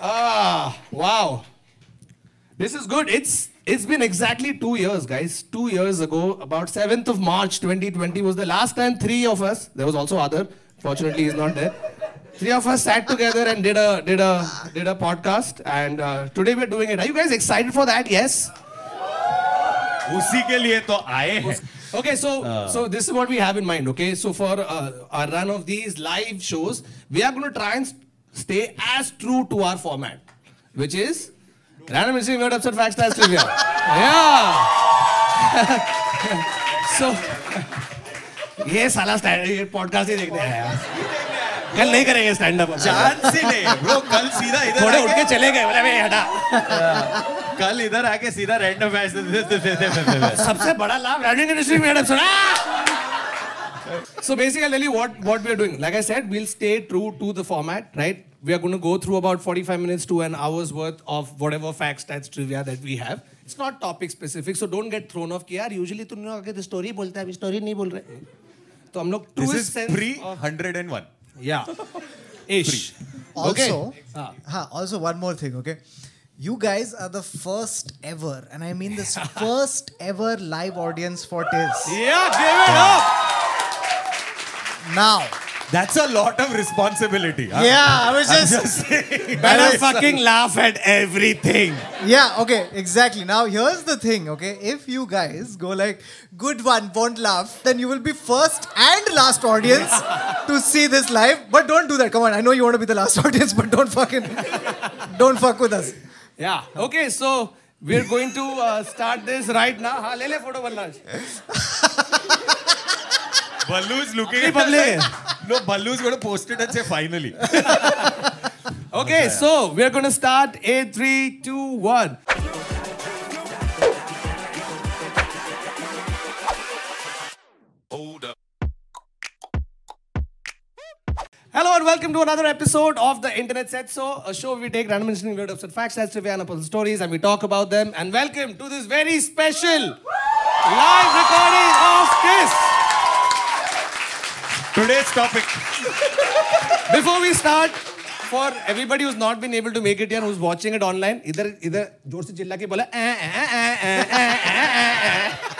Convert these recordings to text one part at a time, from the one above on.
Ah, Wow. This is good. It's it's been exactly two years, guys. Two years ago, about 7th of March 2020 was the last time three of us, there was also other, fortunately he's not there. Three of us sat together and did a did a did a podcast and uh, today we're doing it. Are you guys excited for that? Yes? उसी के लिए तो आए हैं हाँ। Okay, so so this is what we have in mind. Okay, so for uh, our run of these live shows, we are going to try and s- stay as true to our format, which is random history, weird, absurd facts, stats, trivia. yeah. so ये साला stand- ये podcast ही देखते हैं यार। कल नहीं करेंगे stand up चांद से नहीं ब्रो कल सीधा इधर थोड़े उठ आके- के चले गए बोले, "बे, हटा कल इधर आके सीधा रैंडम मैच देते देते देते सबसे बड़ा लाभ रनिंग इंडस्ट्री में मैडम सुना So basically, what what we are doing, like I said, we'll stay true to the format, right? We are going to go through about 45 minutes to an hour's worth of whatever facts, stats, trivia that we have. It's not topic specific, so don't get thrown off. कि यार usually तुम लोग आके तो story बोलते हैं अभी story नहीं बोल रहे तो हम लोग this true is sense pre of- 101 yeah ish Also, Ah. huh, also one more thing, okay? You guys are the first ever, and I mean this first ever live audience for TIS. yeah give it up Now, that's a lot of responsibility huh? yeah, I was Ah. I'm just, just saying. better fucking laugh at everything yeah, okay, exactly. Now here's the thing, okay? If you guys go like, good one, won't laugh, then you will be first and last audience to see this live. But don't do that. Come on, I know you want to be the last audience, but don't fucking, don't fuck with us. Yeah. Okay, so we're going to uh, start this right now. हाँ ले ले photo बनना Ballu is looking at public. us. No, Ballu is going to post it and say finally. Okay, so we're going to start in three, two, one. Hello and welcome to another episode of the Internet Set So, a show where we take random interesting weird upset facts as trivia and puzzle stories and we talk about them. And welcome to this very special live recording of this. Today's topic. Before we start, for everybody who's not been able to make it here, who's watching it online, इधर इधर जोर से चिल्ला के बोला "Eh, eh, eh, eh, eh, eh, eh, eh."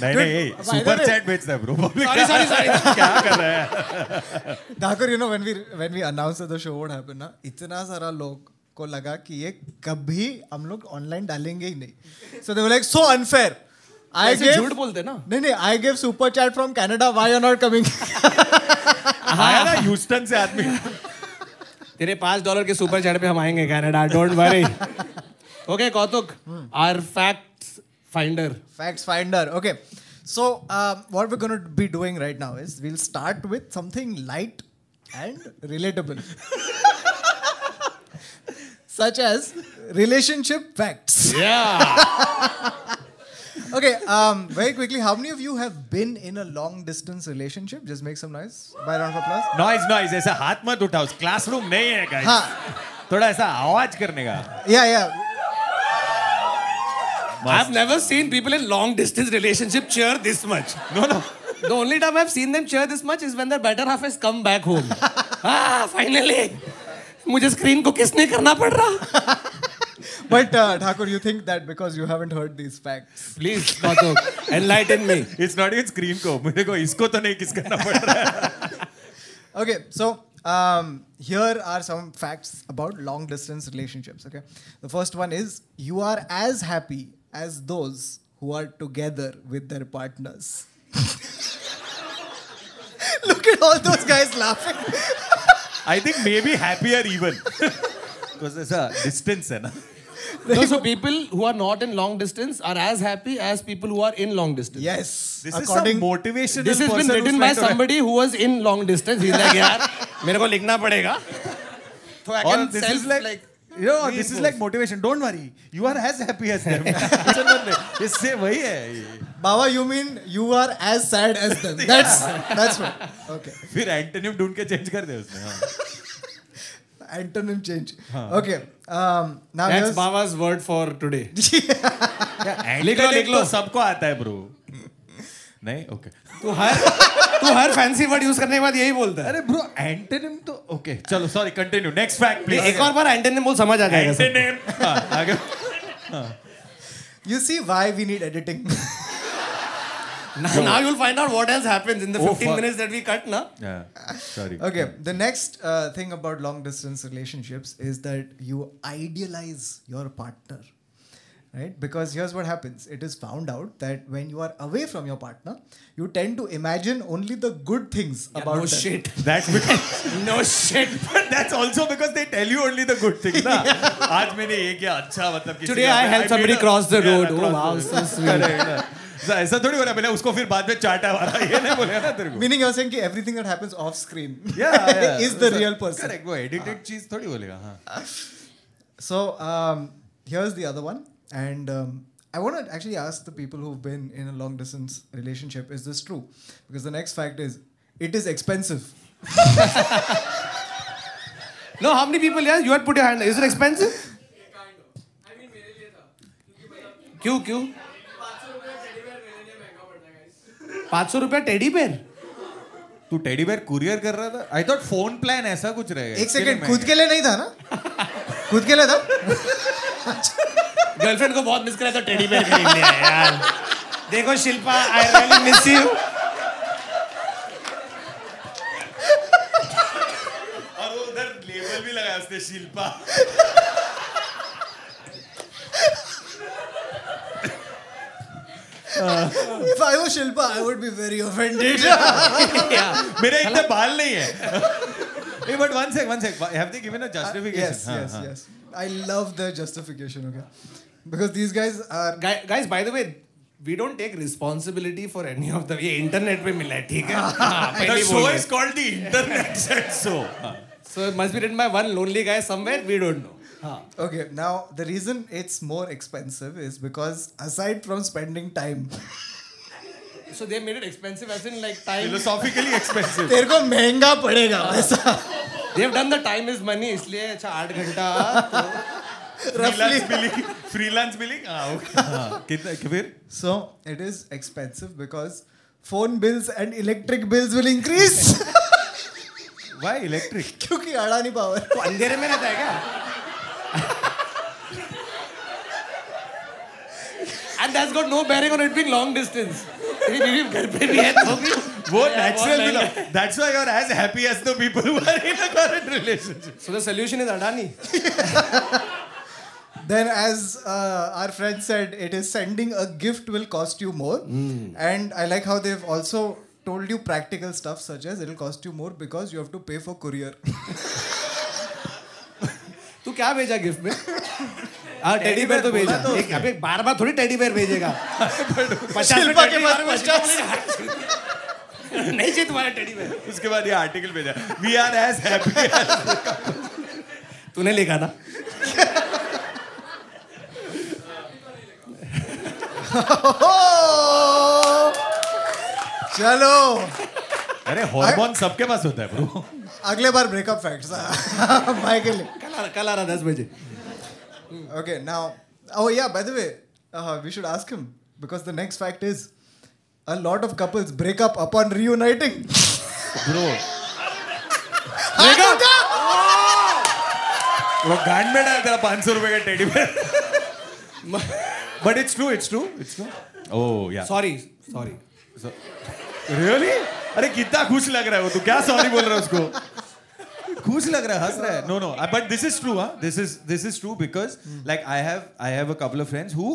नहीं नहीं hey, super way- chat भेजता है bro. Public Sorry, sorry, sorry. क्या कर रहा है? Thakur you know when we when we announce the show what happen ना इतना सारा लोग को लगा कि ये कभी हम लोग ऑनलाइन डालेंगे ही नहीं so they were like so unfair I ऐसे गिव झूठ बोलते ना नहीं नहीं I give super chat from Canada why are not coming आया ना ह्यूस्टन से आदमी. तेरे पांच डॉलर के सुपर चैट पे हम आएंगे Canada don't worry okay Kautuk are fact finder Facts Finder. Okay. So, um, what we're going to be doing right now is we'll start with something light and relatable, such as relationship facts. या Okay, um, very quickly, how many of you have been in a long distance relationship? Just make some noise. By round of applause. Noise noise ऐसा हाथ मत उठाओ. Classroom नहीं है guys. हाँ. थोड़ा ऐसा आवाज करने का. Yeah, yeah. I have never seen people in long distance relationship cheer this much No no. The only time I've seen them cheer this much is when their better half has come back home. ah, finally! मुझे screen को kiss नहीं करना पड़ रहा But uh, Thakur, you think that because you haven't heard these facts. Please Kautuk enlighten me It's not even screen को. मेरे को इसको तो नहीं किस करना पड़ रहा है. Okay, so um, here are some facts about long distance relationships. Okay, the first one is you are as happy as those who are together with their partners. Look at all those guys laughing. I think maybe happier even. Because ऐसा distance है ना. no, so people who are not in long distance are as happy as people who are in long distance Yes, This is some motivational this has been person written who's by trying to- somebody who was in long distance he's like यार मेरे को लिखना पड़ेगा तो I Or can this self, is like, you know, this is like motivation. Don't worry, you are as happy as them. इससे वही है ये। Baba, you mean you are as sad as them. That's that's what. Okay. फिर antonym ढूंढ के change कर दे उसने हाँ। Antonym change. Okay. Um, now that's here's- Baba's word for today Antonym लिख लो। तो सबको आता है ब्रो नहीं ओके तू हर तू हर फैंसी वर्ड यूज करने के बाद यही बोलता है अरे ब्रो एंटोनिम तो ओके चलो सॉरी कंटिन्यू नेक्स्ट फैक्ट ये प्लीज एक और बार एंटोनिम बोल समझ आ जाएगा सब। एंटोनिम आगे You see why we need editing. Now now you'll find out what else happens in the Oh, 15 fuck. minutes that we cut, na? Sorry okay, the next uh, thing about long distance relationships is that you idealize your partner. Right? Because here's what happens it is found out that when you are away from your partner, you tend to imagine only the good things Yeah, about no them. shit. That's because No shit. But that's also because they tell you only the good things, na? आज मैंने ये क्या अच्छा मतलब किसी Today I का- helped made somebody a- cross the Yeah, road. cross Oh, wow, the road. so sweet. Correct, na. ऐसा- ऐसा थोड़ी हो रहा है पहले उसको फिर बाद में चाटा मारा ये नहीं बोले ना तेरे को Meaning you're saying ki everything that happens off screen Yeah, yeah. is the real person. Correct, वो edited चीज थोड़ी बोलेगा हाँ So um, here's the other one, and um, I want to actually ask the people who've been in a long distance relationship: Is this true? Because the next fact is, it is expensive. No, how many people? Yeah, you had put your hand. Is it expensive? क्यों क्यों पाँच सौ रुपया teddy bear तू teddy bear courier कर रहा था I thought phone plan ऐसा कुछ रहेगा एक सेकंड खुद के लिए नहीं था ना खुद के लिए था गर्लफ्रेंड को बहुत मिस करा तो टेडी बेर खरीद लिया यार देखो Shilpa I really miss you और वो उधर लेबल भी लगाया उसने Shilpa if I was Shilpa I would be very offended मेरे इतने बाल नहीं है Uh, a but one sec one sec have they given a justification yes yes yes I love the justification okay because these guys are guys by the way we don't take responsibility for any of the ये internet पे मिला है ठीक है हाँ, The पहले show बोल is called the Internet Sex Show. So must be written by one lonely guy somewhere we don't know हां okay now the reason it's more expensive is because aside from spending time So they made it expensive as in like time. Philosophically expensive. तेरे को महंगा पड़ेगा वैसा They've done the time is money. इसलिए अच्छा आठ घंटा freelance billing. Freelance billing. Ah, okay. हाँ, कितना फिर? So it is expensive because phone bills and electric bills will increase. Why electric? क्योंकि अडानी पावर तो अंधेरे में रहता है क्या? And that's got no bearing on it being long distance. तेरी बीवी घर पे भी है तो भी वो Yeah, बहुत natural बिल. महंगा That's why you're as happy as the people who are in a current relationship. So the solution is Adani. then as uh, our friend said it is sending a gift will cost you more and i like how they've also told you practical stuff such as it'll cost you more because you have to pay for courier तू क्या भेजा gift में हाँ teddy bear तो भेजा एक अबे बार बार थोड़ी टेडी बेयर भेजेगा पचास में शिल्पा के teddy पास bear भेजेगा। नहीं चाहिए तुम्हारा टेडी बेयर उसके बाद ये आर्टिकल भेजा वी आर एज हैप्पी तूने लिखा ना oh! चलो अरे हार्मोन सबके पास होता है ब्रो अगले बार ब्रेकअप फैक्ट्स भाई के लिए कल आ रहा- कल आ रहा दस बजे Okay, now, oh yeah, by the way, uh, we should ask him because the next fact is a lot of couples break up upon reuniting. Bro Break up? वो गांड में डाल तेरा 500 रुपए का teddy bear but it's true it's true it's true oh yeah sorry sorry really अरे कितना खुश लग रहा है वो तू क्या सॉरी बोल रहा है उसको खुश लग रहा है हंस रहा है uh, no no but this is true हां this is this is true because like I have I have a couple of friends who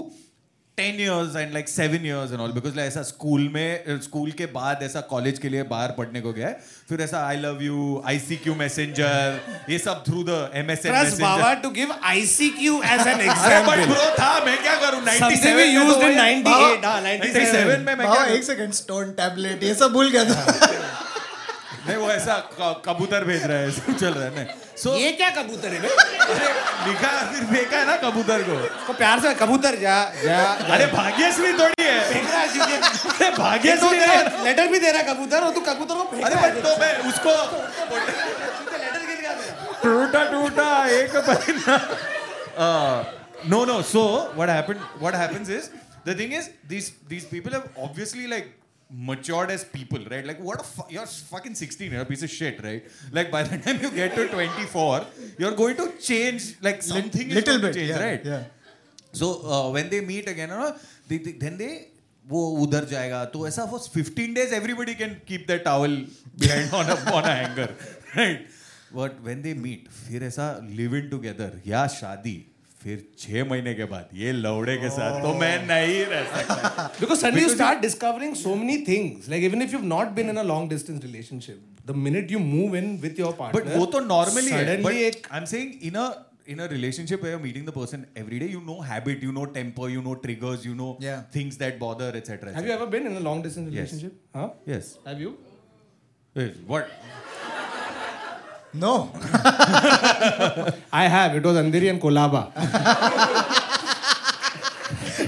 10 years and like 7 years and all because like ऐसा school में school के बाद ऐसा college के लिए बाहर पढ़ने को गया है फिर ऐसा I love you ICQ messenger ये सब through the MSN trust messenger बाबा to give ICQ as an अरे बट एग्जांपल ब्रो था मैं क्या करूं 97 समथिंग वी में तो यूज्ड इन वही- 98 हां 97 में मैं क्या भाव एक सेकंड स्टोन टैबलेट ये सब भूल गया था नहीं वो ऐसा क- कबूतर भेज रहा है सब चल रहा है नहीं सो ये क्या कबूतर है बे लिखा फिर फेंका है ना कबूतर को इसको प्यार से कबूतर जा जा अरे भाग्यश्री थोड़ी है अरे ये तो भाग्यश्री नहीं है। लेटर भी दे रहा है कबूतर और तू कबूतर को फेंक अरे रहा तो बट है तो मैं उसको लेटर गिर गया तेरा। टूटा टूटा एक महीना no no so what happened what happens is the thing is these these people have obviously like matured as people, right? Like, what a fu- you're fucking 16, you're a piece of shit, right? Like, by the time you get to 24, you're going to change, like, something is little going to bit, change, yeah, right? yeah. So when they meet again they they- then they वो उधर जाएगा तो ऐसा for 15 days everybody can keep the towel behind on a on a hanger right but when they meet फिर ऐसा live in together या शादी फिर छह महीने के बाद ये लौड़े के साथ तो मैं Oh. नहीं रह सकता Because suddenly you Because start discovering so many things. Like even if you've not been in a long distance relationship, the minute you move in with your partner, but वो तो नॉर्मली है suddenly but एक I am saying in a in a relationship where you're meeting the person every day you know habit you know temper you know triggers you know Yeah. things that bother etc Have you ever been in a long distance Yes. relationship? Huh? yes Have you? Yes. what No. I have. It was Andheri and Kolaba.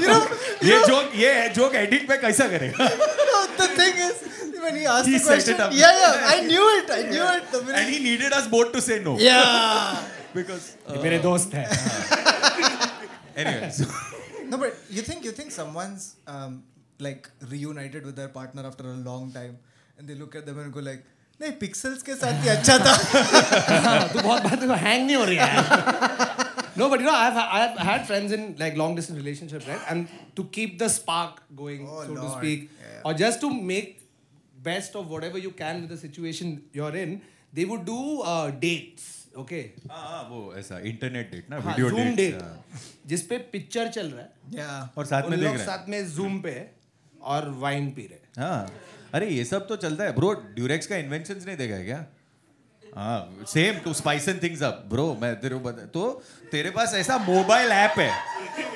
You know, ये joke ये joke edit पे कैसा करेगा no, the thing is, when he asked He the set it question, up. yeah, yeah, I knew it. I knew it. The minute and he needed us both to say no yeah. Because मेरे दोस्त हैं. uh, anyway No, but you think you think someone's um, like reunited with their partner after a long time, and they look at them and go like, "नहीं pixels के साथ ही अच्छा था." तो बहुत बार देखो हैंग नहीं हो रही है No, but you know, I've, I've had friends in like long distance relationships, right? And to keep the spark going, Oh, so to Lord. speak, Yeah. or just to make best of whatever you can with the situation you're in, they would do uh, dates, okay? हां हाँ, वो ऐसा internet date ना हाँ, video Zoom date date, जिस पे picture चल रहा है, yeah. और साथ में उन देख लोग रहे हैं साथ में जूम पे है और वाइन पी रहे हैं. हां हाँ। अरे ये सब तो चलता है ब्रो ड्यूरेक्स का इन्वेंशंस नहीं देखा है क्या हाँ same to spicing things up bro मैं तेरे को बता तो तेरे पास ऐसा मोबाइल ऐप है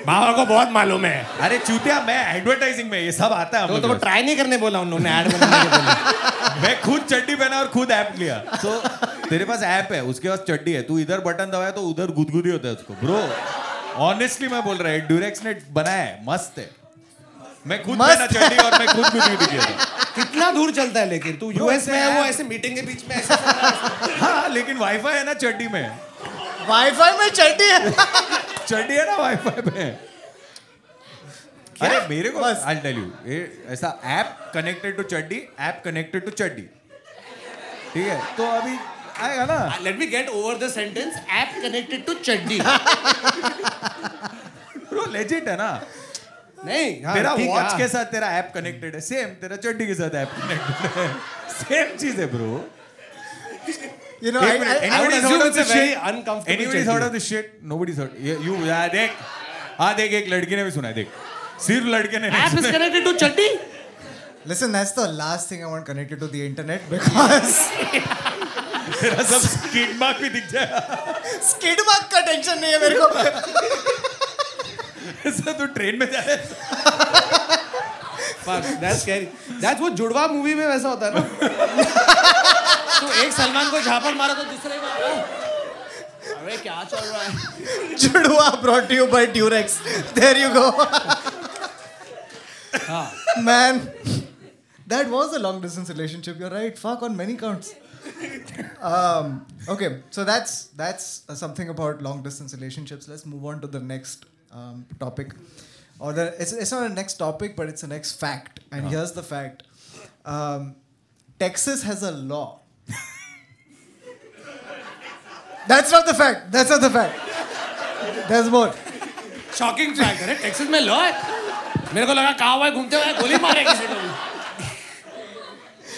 बाबा को बहुत मालूम है. अरे चूतिया मैं एडवर्टाइजिंग में ये सब आता है हम तो लोग तो के ट्राई नहीं करने बोला उन्होंने ऐड बनाने के बोला. पास। मैं खुद चड्डी पहना और खुद ऐप लिया तो तेरे पास ऐप है उसके पास चड्डी है तू इधर बटन दबाया तो उधर गुदगुदी होता है उसको ब्रो ऑनेस्टली मैं बोल रहा है ड्यूरेक्स ने बनाया है मस्त है मैं खुद मस्त पहना चड्डी और मैं खुद गुदगुदी किया था। कितना दूर चलता है लेकिन तू Bro, यूएस में है वो ऐसे- ऐसे मीटिंग के बीच में ऐसे चल रहा है। हाँ लेकिन वाईफाई है ना चड्डी में Wi-Fi में चड्डी है. चड्डी है ना वाईफाई में अरे मेरे को मस्त। आई टेल यू ये ऐसा ऐप कनेक्टेड टू चड्डी ऐप कनेक्टेड टू चड्डी ठीक है तो अभी आएगा ना Let me get over the sentence. App connected to चड्डी ब्रो लेजिट है ना नहीं हाँ, तेरा ठीक है, वॉच हाँ। के साथ तेरा ऐप कनेक्टेड है सेम तेरा चड्डी के साथ ऐप कनेक्टेड है सेम चीज है bro You know, I, I, I would anybody- assume. assume it's a very uncomfortable anybody चड्डी। Thought of this shit nobody thought you यार देख हाँ देख एक लड़की ने भी सुना है, देख सिर्फ लड़के ने नहीं App is सुना है। connected to चड्डी Listen, that's the last thing I want connected to the internet because तेरा सब स्किड मार्क भी दिख जाएगा skid mark का tension नहीं है मेरे को. ऐसा तू ट्रेन में जा रहा है Fuck, that's scary. That's वो जुड़वा मूवी में वैसा होता है ना तो एक सलमान को झापड़ मारा तो दूसरे को "Oh, अरे क्या चल रहा है Judwa brought to you by Durex. There you go. Man, that was a long distance relationship. You're right. Fuck on many counts. Um, okay, so that's that's uh, something about long distance relationships. Let's move on to the next um, topic, or the it's it's not a next topic, but it's a next fact. And here's the fact: um, Texas has a law. that's not the fact. That's not the fact. There's more. Shocking fact अरे Texas में law है मेरे को लगा कहा हुआ है घूमते हुए गोली मारे किसी को भी.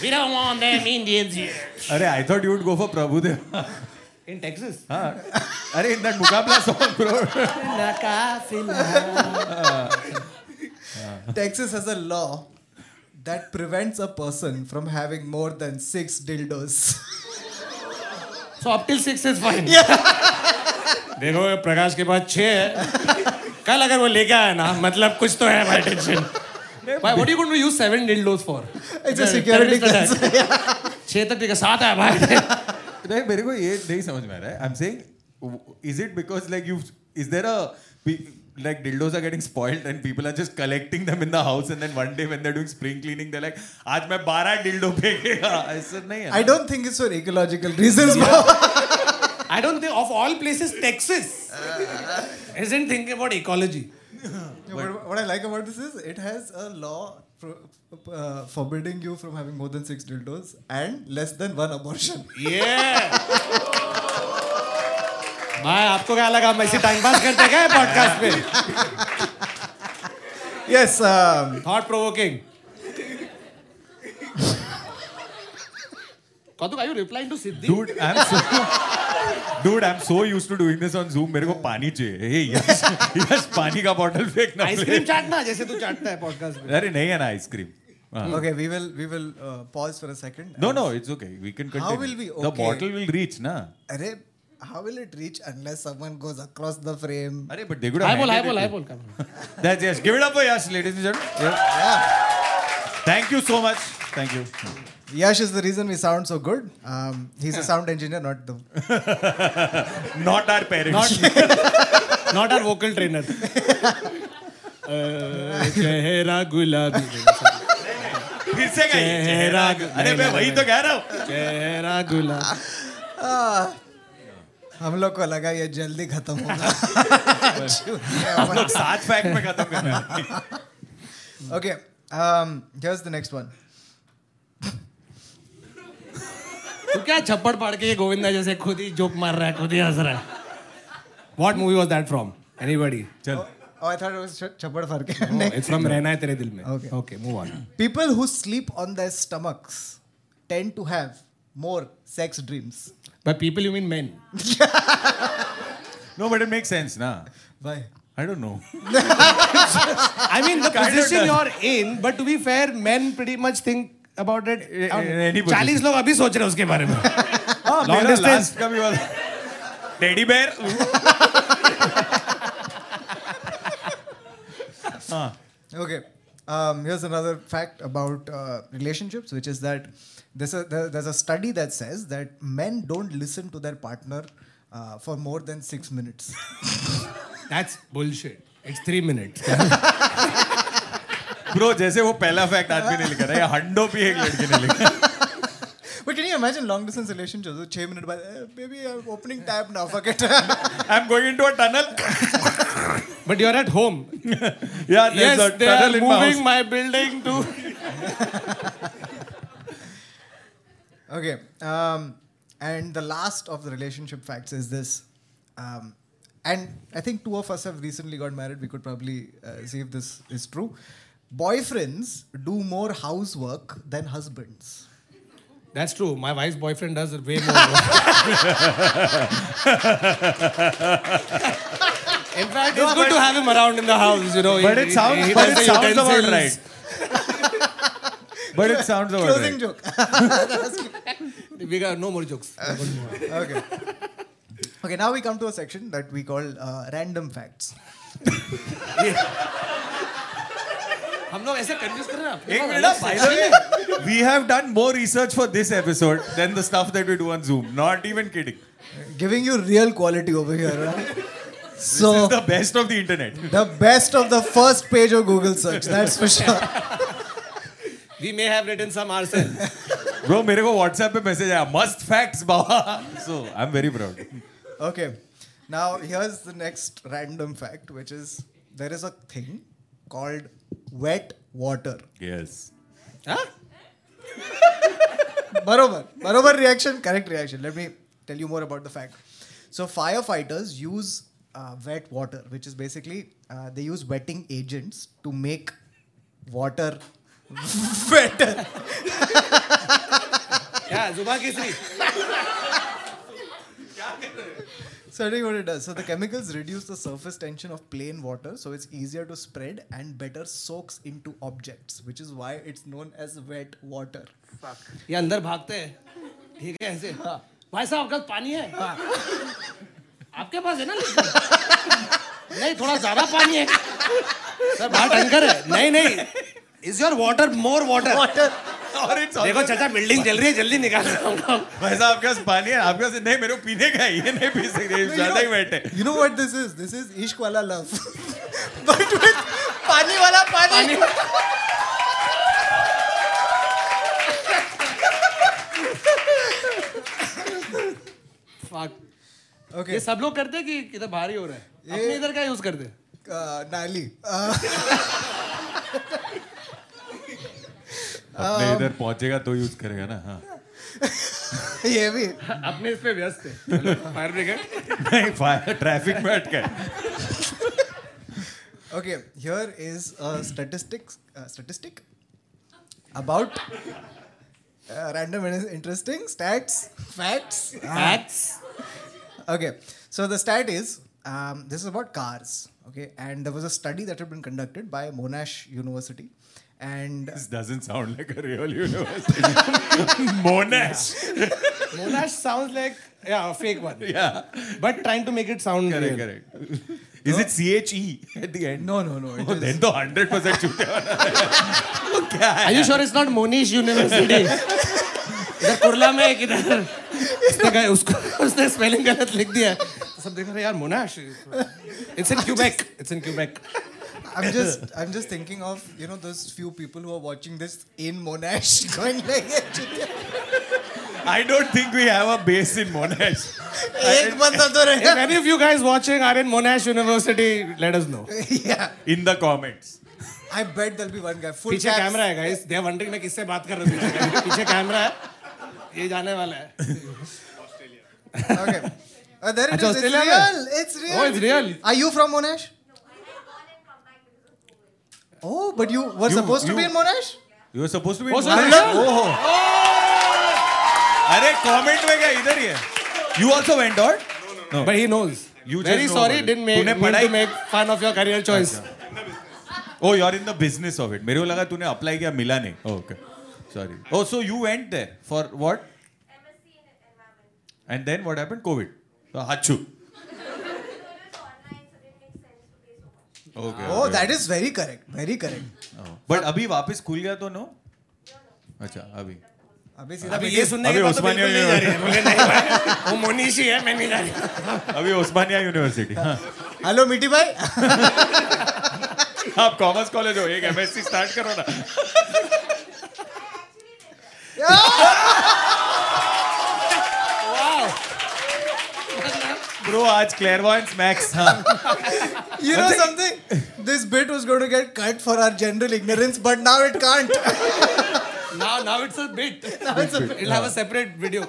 We don't want them Indians here. अरे I thought you would go for Prabhudeva In Texas? हाँ अरे in that Muqabla song bro Texas has a law that prevents a person from having more than six dildos. So up till six is fine. देखो ये प्रकाश के पास छह है कल अगर वो लेके आया ना मतलब कुछ तो है भाई टेंशन भाई what you going to use seven dildos for It's a security concern. छह तक ठीक है सात है भाई नहीं मेरे को ये नहीं समझ में आ रहा है I am saying is it because like you is there a like dildos are getting spoiled and people are just collecting them in the house and then one day when they're doing spring cleaning they're like आज मैं 12 dildo फेंकेगा ऐसा नहीं है I don't think it's for ecological reasons. bro. I don't think of all places Texas isn't thinking about ecology Yeah, What, what I like about this is it has a law pro, uh, forbidding you from having more than six dildos and less than one abortion. ये भाई आपको क्या लगा हम ऐसे time pass करते क्या podcast पे yes, um, thought provoking Kautuk are you replying to Siddhi Dude, I'm so Dude, I'm so used to doing this on Zoom. मेरे को पानी चाहिए. Hey, yes, yes, पानी का bottle फेंकना. आइसक्रीम चाटना जैसे तू चाटता है पॉडकास्ट पे अरे नहीं है ना आइसक्रीम. हाँ. okay, we will we will uh, pause for a second. No, no, it's okay. We can continue. will we- The okay. bottle will reach, na? Arre, how will it reach unless someone goes across the frame? अरे but they could हाय have. बोल हाय handed बोल it हाय to- बोल come on. That's yes. Give it up for Yash, ladies and gentlemen. Yeah. Yeah. Thank you so much. Thank you. Yash is the reason we sound so good. Um, he's a sound engineer, not the. Not our parents. Not our vocal trainer. Uh, चेहरा गुलाबी फिर से कहीं चेहरा- अरे मैं वही तो कह रहा हूँ चेहरा गुलाबी Ah. हम लोग को लगा ये जल्दी खत्म होगा हम लोग मतलब सात पैक में खत्म करना है Okay. Um, here's the next one. तू क्या छप्पड़ पाड़ के ये गोविंदा जैसे खुद ही जोक मार रहा है खुद ही हंस रहा है what movie was that from anybody चल Oh, I thought it was ch- chappad farke. It's from Rehna Hai Tere Dil Mein Okay. Okay move on People who sleep on their stomachs tend to have more sex dreams. By people you mean men no but it make sense ना Why? I don't know I mean, the Kind of position does. you're in, but to be fair, men pretty much think about it. Um, Yeah, yeah, any position. चालीस लोग अभी सोच रहे हैं उसके बारे में लॉन्ग डिस्टेंस का भी वाला टेडी बेयर हाँ Okay. Um, here's another fact about uh, relationships, which is that there's a, there- there's a study that says that men don't listen to their partner uh, for more than six minutes. That's bullshit. It's three minutes. Bro जैसे वो पहला fact आदमी ने लिखा था ये Honda भी एक लड़की ने लिखा but can you imagine long distance relationships? with Six minutes, but eh, baby, I'm opening tab now. Fuck it. I am going into a tunnel But you're at home. Yeah there Yes, a they are tunnel in my moving my building to. Okay. Um, and the last of the relationship facts is this. Um, and I think two of us have recently got married. We could probably uh, see if this is true. Boyfriends do more housework than husbands. That's true. My wife's boyfriend does way more. work. In fact, it's good to have him around in the house, you know. But it sounds- does but it the sounds about utensils. right. But it sounds about Closing joke. We got no more jokes. okay. Okay, now we come to a section that we call uh, random facts. हम लोग ऐसे confuse कर रहे हैं आपको? एक minute by the way we have done more research for this episode than the stuff that we do on zoom not even kidding Giving you real quality over here. Right? this So, is the best of the internet the best of the first page of Google search, that's for sure. We may have written some E ourselves. bro मेरे को whatsapp पे message आया must facts बाबा so i'm very proud Okay. Now here's the next random fact, which is there is a thing called wet water. yes Huh? Barobar. Barobar reaction, correct reaction. Let me tell you more about the fact. So firefighters use uh, wet water, which is basically uh, they use wetting agents to make water wetter. Yeah, Zuba Kesri. So I tell you what it does. So the chemicals reduce the surface tension of plain water, so it's easier to spread and better soaks into objects, which is why it's known as wet water. ये अंदर भागते हैं ठीक है ऐसे भाई साहब आपके पास पानी है आपके पास है ना लेकिन? नहीं थोड़ा ज्यादा पानी है सर बाहर टंकर है नहीं नहीं is your water more water Water. और इट्स देखो चाचा बिल्डिंग जल रही है जल्दी निकाल भाई साहब आपके पास पानी है आपके पास नहीं मेरे को पीने का है ये नहीं पी सकते ये No, ज्यादा you, ही वेट है know, you know what this is? This is ishq wala love. but with pani wala pani. Fuck. Okay. ये सब लोग करते हैं कि इधर भारी हो रहा है अपने इधर का यूज करते हैं uh, gnarly. Uh, अपने इधर पहुंचेगा तो यूज करेगा ना हाँ ये भी अपने इस पे व्यस्त है फायर ब्रिगेड नहीं फायर ट्रैफिक में अटका है Okay, here is a statistics uh, statistic about uh, random and interesting stats facts. हाँ। Facts. Okay, so the stat is um, this is about cars. Okay, and there was a study that had been conducted by Monash University, and This doesn't sound like a real university. Monash. Monash sounds like yeah, a fake one. Yeah. But trying to make it sound Correct, real. correct. Is it C H E at the end? no, no, no, it Oh, is then तो hundred percent छूटे वाला है। वो क्या Are है you sure it's not Monish University? इधर कुरला में एक इधर उसने कहा उसको उसने स्पेलिंग गलत लिख दिया है। तो सब देख रहे हैं, यार Monash it's in Quebec it's in Quebec I'm just I'm just thinking of you know those few people who are watching this in Monash going like I don't think we have a base in Monash. एक बंदा तो If रहेगा any of you guys watching are in Monash University, let us know. yeah In the comments. I bet there'll be one guy full पीछे caps. Camera है guys they wondering मैं किससे बात कर रहा हूं पीछे- पीछे कैमरा है ये जाने वाला है Okay. Uh, there it अच्छा, is. It's Australia में? real. It's real. Oh, it's real. Are you from Monash? Oh, but you were You- supposed to be you- in Monash? You were supposed to be in Oh, so Monash. that's- Oh. अरे comment में क्या इधर ही है? You also went on? No. But he knows You just very know sorry about it. Didn't make तूने mean पढ़ाई- to make fun of your career choice Oh, you're in the business of it. मेरे को लगा तूने apply किया मिला नहीं. Oh, okay. Sorry. Oh, so you went there for what? MSc in environment. And then what happened? COVID. So, hachu. So it was online, so it makes sense to pay so much. Okay. Oh, that is very correct. Very correct. But अभी वापस खुल गया तो no अच्छा अभी अभी सीधा अभी BTS ये सुनने के अभी बाद तो उस्मानिया बिल्कुल नहीं जा रही है मुझे नहीं भाई, वो मोनीश ही है मैं नहीं जा रही अभी उस्मानिया यूनिवर्सिटी हाँ हेलो मिटी भाई आप कॉमर्स कॉलेज हो एक एमएससी स्टार्ट करो ना ब्रो आज क्लेयरवॉयंस मैक्स हाँ you know something this bit was going to get cut for our general ignorance but now it can't now now it's a bit it have a separate video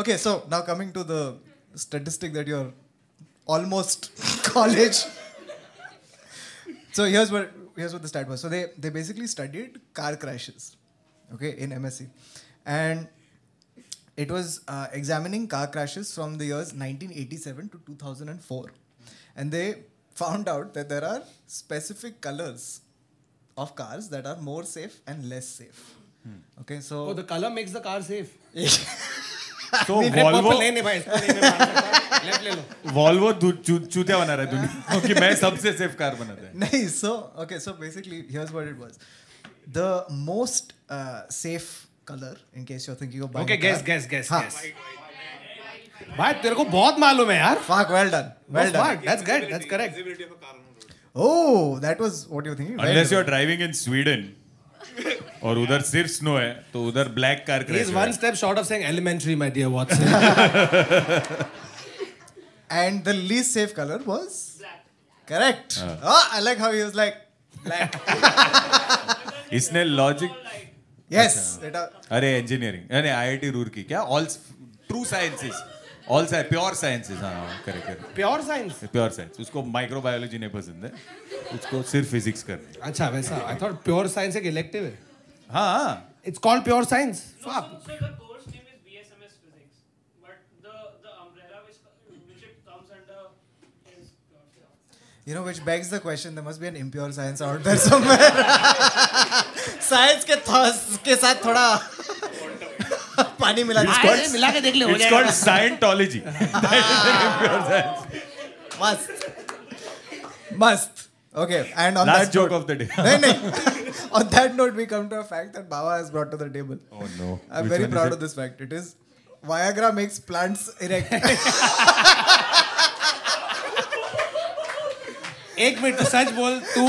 okay so now coming to the statistic that you're almost college so here's what here's what the stat was so they they basically studied car crashes okay in msc and it was uh, examining car crashes from the years 1987 to 2004 and they found out that there are specific colors of cars that are more safe and less safe okay so the colour makes the car safe तो Volvo Volvo नहीं नहीं भाई इसको नहीं, नहीं मार सकता। Left ले लो वॉल्वो चूतिया बना रहा है दुनिया कि मैं सबसे सेफ कार बनाता है Nice. So okay. So basically, here's what it was: the most uh, safe color, in case you're thinking of buying. Okay a guess car. Guess guess हाँ. गेस भाई तेरे को बहुत मालूम है यार Fuck. Well done. Well done. Smart that's good that's correct Oh, that was what you're thinking. Well unless you done. Are driving in Sweden और उधर सिर्फ स्नो है तो उधर black car He is crash one step short of saying elementary, my dear Watson. And the least safe color was correct. Oh, I like how he was like black. इसने logic yes. It, uh, अरे engineering अरे IIT Roorkee क्या all true sciences all pure sciences हाँ correct correct Pure science. Pure science उसको microbiology नहीं पसंद है उसको सिर्फ फिजिक्स करनी है। अच्छा वैसा आई थॉट प्योर साइंस एक इलेक्टिव है हाँ हाँ it's called pure science fuck So the course name is BSMS Physics, but the the umbrella which which it comes under is. you know, which begs the question: there must be an impure science out there somewhere. science के थोस के साथ थोड़ा पानी मिला It's दीजिए. called- मिला के देख ले हो It's जाएगा called Scientology. मस्त मस्त okay and on Last that joke of the day. नहीं नहीं on that note we come to a fact that baba has brought to the table Oh no. i'm Which very one is proud it? of this fact it is viagra makes plants erect एक minute सच बोल तू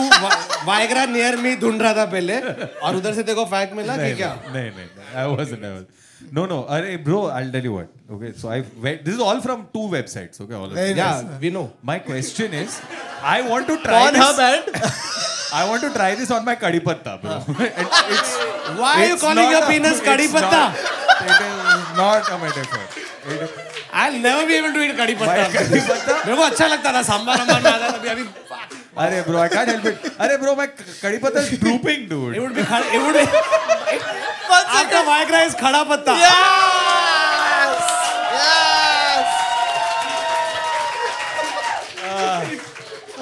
Viagra near me ढूंढ रहा था पहले और उधर से देखो फैक्ट मिला कि नहीं क्या नहीं नहीं, नहीं, I wasn't. I was. No, no. Arey, bro, I'll tell you what. Okay, so I've read, this is all from two websites. Okay, all of Very this. nice. Yeah, we know. My question is, I want to try this. Pornhub and I want to try this on my kadi patta, bro. It- it's, Why are you it's calling not your a- penis it's kadi not- patta? It is not a metaphor. It, I'll never be able to eat kadi my patta. kadi patta. मेरे को अच्छा लगता था सांबार अंबार में आता था, अभी अभी अरे bro I can't help it अरे ब्रो माय कड़ी पत्ता is drooping dude it would be खड़ा it would be after Viagra is खड़ा पत्ता yes, yes.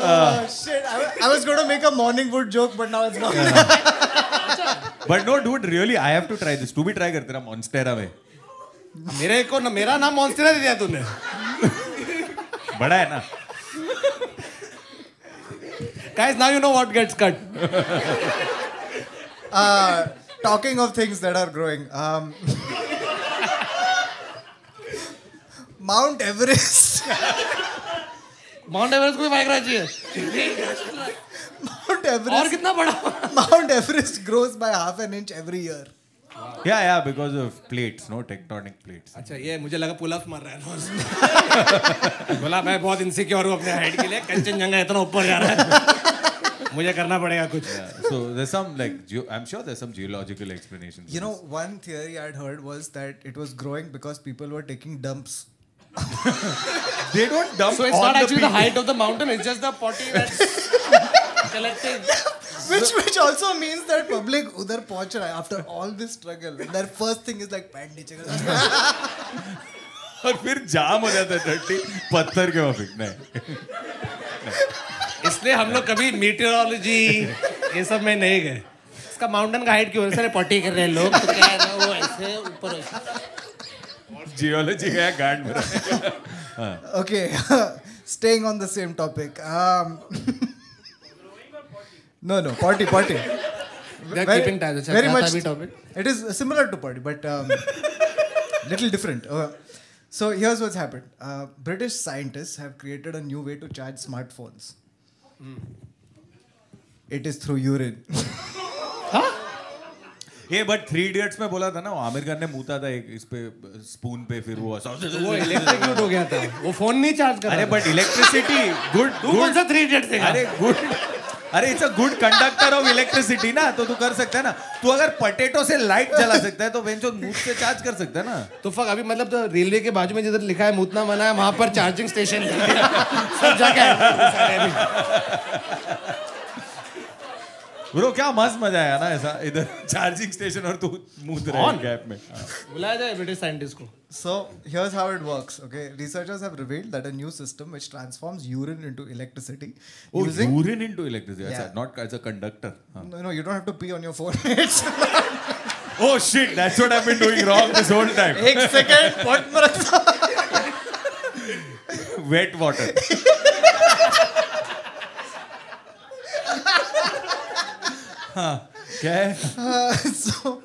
Ah. oh shit! I, wa- I was going to make a morning wood joke, but now it's not. But no dude really I have to try this to be try कर तेरा monstera में मेरे को न- मेरा नाम monstera दे दिया तूने बड़ा है ना guys now you know what gets cut Uh, talking of things that are growing, um, Mount Everest. Mount Everest को भी Viagra चाहिए और Mount Everest. कितना बड़ा Mount Everest grows by half an inch every year. या या because of plates no tectonic plates अच्छा ये मुझे लगा पुल मार रहा है ना उसने। बोला मैं बहुत इनसिक्योर हूँ अपने हाइट के लिए कंचनजंगा इतना ऊपर जा रहा है मुझे करना पड़ेगा कुछ so there's some like ge- I'm sure there's some geological explanation. to You know, this. one theory I'd heard was that it was growing because people were taking dumps. they don't dump So it's not on the actually the people. height of the mountain, it's just the potty that's collecting. Which which also means that public udhar pahunch raha hai after all this struggle. And their first thing is like pant नीचे कर और फिर जाम हो जाता है टट्टी पत्थर के वहाँ फेंकना है इसलिए हम लोग कभी मीटरोलॉजी ये सब में नहीं गए इसका माउंटेन का हाइट क्यों है? सारे पॉटी कर रहे हैं लोग तो क्या है ना, वो ऐसे ऊपर ऐसे। जियोलॉजी गया गांड भरा Okay, staying on the same topic. Um, no, no, potty, potty. They're keeping tabs. अच्छा, very क्या था much. अभी topic? It is similar to potty, but um, little different. Uh, so here's what's happened. Uh, British scientists have created a new way to charge smartphones. It is through urine. ये but Three Idiots में बोला था ना वो आमिर खान ने मूता था एक इस पे स्पून पे फिर तो वो वो इलेक्ट्रिक्यूट हो गया था वो फोन नहीं चार्ज कर अरे रहा था। बट इलेक्ट्रिसिटी गुड तू कौन सा थ्री इडियट से अरे गुड अरे it's a good conductor of electricity ना तो तू कर सकता है ना तू अगर पटेटो से लाइट जला सकता है तो बेंचो मुंह से चार्ज कर सकता है ना तो फक अभी मतलब तो रेलवे के बाजू में जिधर लिखा है मूतना मना है वहां पर चार्जिंग स्टेशन सब जगह है सारे अभी। ब्रो क्या मस्त मजा आया ना ऐसा इधर चार्जिंग स्टेशन और तू मुंह रहा On. गैप में बुलाया जाए ब्रिटिश साइंटिस्ट को So here's how it works. Okay, researchers have revealed that a new system which transforms urine into electricity Oh, urine into electricity. Yeah. Yeah. Not as a conductor. Huh. No, no, you don't have to pee on your phone. It's Oh shit, that's what I've been doing wrong this whole time. एक second pot पर Wet water. हाँ, क्या है so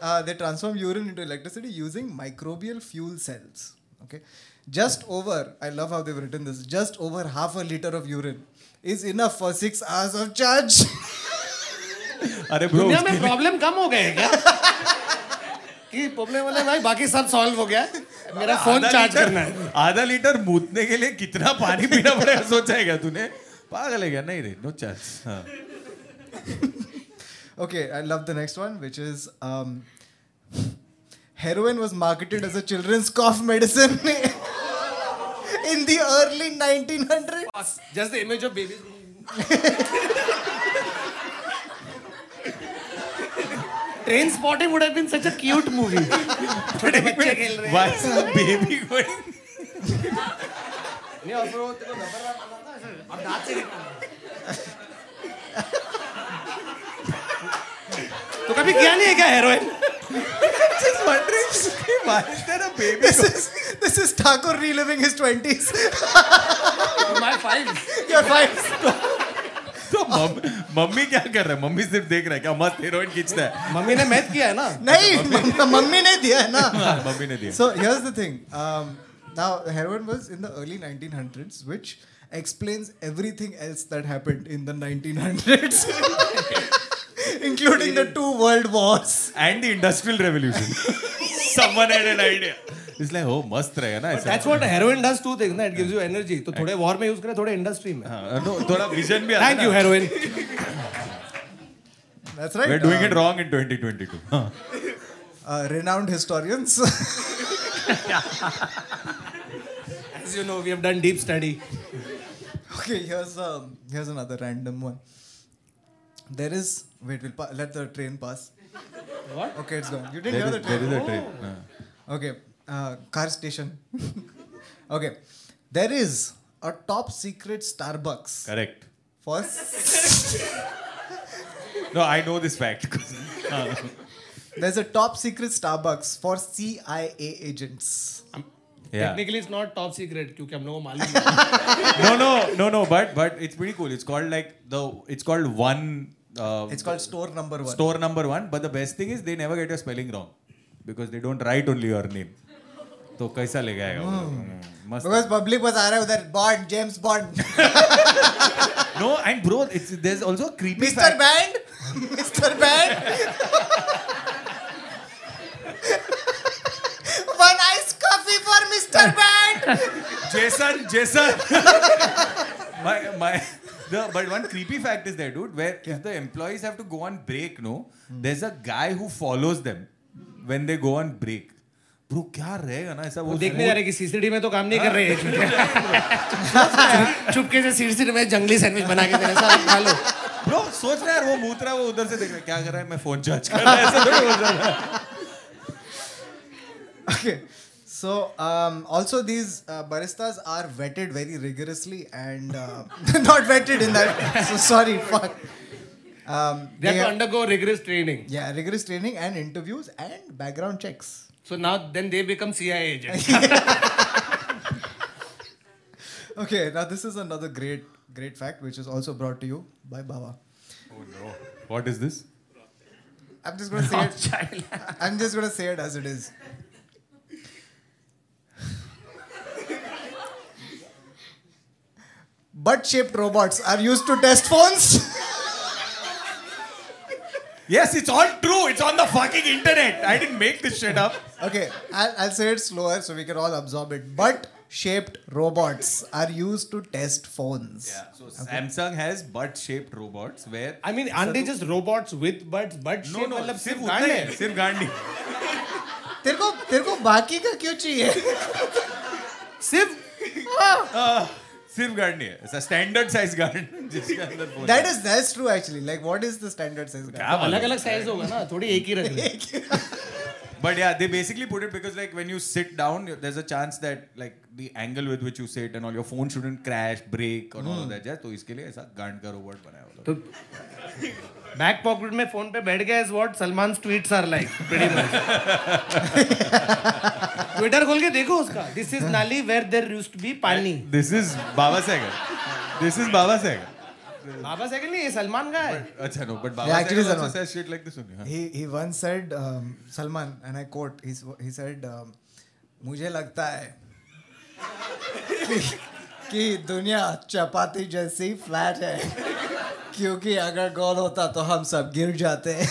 uh, they transform urine into electricity using microbial fuel cells. Okay, just over. I love how they've written this. Just over half a liter of urine is enough for six hours of charge. अरे bro दुनिया में problem कम हो गए हैं क्या कि problem वाले भाई बाकी सब सॉल्व हो गया है। मेरा फोन चार्ज करना है आधा लीटर मूतने के लिए कितना पानी पीना पड़ेगा सोचा है क्या तूने पागल है क्या नहीं रे नो चार्ज हाँ okay, I love the next one, which is. Um, Heroin was marketed as a children's cough medicine in the early 1900s. Just the image of baby train spotting would have been such a cute movie छोटे बच्चे खेल रहे हैं Why is the baby going? नहीं और फिर वो तेरे को रबर बैंड बनाता है ऐसे, और दांत से निकालता है। तो कभी किया नहीं है क्या heroin Just wondering why is there a baby? This is this is Thakur reliving his twenties. My files You're fine. तो मम, मम्मी क्या कर रहा है मम्मी सिर्फ देख रहा है क्या मस्त हीरोइन खींचता है मम्मी ने मैथ किया है ना नहीं मम- मम्मी ने दिया है ना हाँ, मम्मी ने दिया So here's the thing. Um, now heroin was in the early 1900s, which explains everything else that happened in the 1900s, including the two world wars. and the industrial revolution. someone had an idea. It's like, oh, mast रहेगा ना ऐसा. That's what heroin does two things. Na? It gives you energy. तो थोड़े war में use करे थोड़े industry में. हाँ, no, थोड़ा vision भी आता Thank ना. you heroin. That's right. We're doing it Uh, wrong in 2022. हाँ. uh, renowned historians. As you know, we have done deep study. okay, here's um, here's another random one. There is wait, we'll pa- let the train pass. What? Okay, it's gone. You didn't There hear the is, there train. is a train. हाँ. Okay, uh, car station. okay, there is a top secret Starbucks Correct. for s- No, I know this fact. हाँ. there's a top secret Starbucks for CIA agents. yeah. Technically, it's not top secret क्योंकि हम लोगों को मालूम है. no, no, no, no. But but it's pretty cool. It's called like the. It's called one. Uh, It's called store number one. store number one. But the best thing is they never get your spelling wrong because they don't write only your name. तो कैसा ले गया Hmm, मस्त Hmm. Because public was आ रहा है उधर Bond, James Bond, no and bro it's there's also a creepy Mr. fact Band, Mr. Band. One iced coffee for Mr. Band. Jason Jason my my the, but one creepy fact is there dude where if the employees have to go on break no there's a guy who follows them when they go on break bro क्या रहेगा ना ऐसा वो देखने जा रहे कि CCD में तो काम नहीं कर रहे हैं चुपके से सीसीडी में जंगली सैंडविच बना के तेरे साथ खा लो ब्रो सोच रहा है यार वो मूत रहा है वो उधर से देख रहा है क्या कर रहा है मैं फोन चार्ज कर रहा है ऐसा थोड़ी बोल रहा है Okay. So, um, also these uh, baristas are vetted very rigorously and uh, not vetted in that. So sorry, fuck. Um, They have they to have- undergo rigorous training. yeah, rigorous training and interviews and background checks. So now then they become CIA agents. Okay, now this is another great, great fact which is also brought to you by Baba. What is this? I'm just gonna say it. I'm just gonna say it as it is. Butt-shaped robots are used to test phones. Yes, it's all true. It's on the fucking internet. I didn't make this shit up. okay, I'll, I'll say it slower so we can all absorb it. Butt-shaped robots are used to test phones. So Samsung has butt-shaped robots where I mean, aren't they just robots with butts? Butt no shape no मतलब सिर्फ सिर्फ गांड उतना ही है. है, सिर्फ गांड नहीं तेरे को तेरे को बाकी का क्यों चाहिए? सिर्फ हाँ। हाँ। सिर्फ गांड नहीं है ऐसा स्टैंडर्ड साइज गांड जिसके अंदर phone That है। is that's true actually. Like what is the standard size? guy? क्या अलग अलग साइज होगा ना थोड़ी एक ही रख ले But yeah, they basically put it because like when you sit down, you- there's a chance that like the angle with which you sit and all your phone shouldn't crash, break, and Hmm. all of that. Yeah, तो इसके लिए ऐसा गांड का robot बनाया हुआ है। तो बैक पॉकेट में फोन पे बैठ गया is what Salman tweets are like pretty much Twitter खोल के देखो उसका this is nali where there used be pani This is Baba Sagar. This is Baba Sagar. Baba cycle नहीं ये सलमान का है Acha, no, but Baba Yeah, actually actually Sagar also Salman. says shit like this only. हाँ। huh? He he once said um, Salman and I quote he s- he said um, मुझे लगता है कि, कि दुनिया चपाती जैसी फ्लैट है क्योंकि अगर गोल होता तो हम सब गिर जाते हैं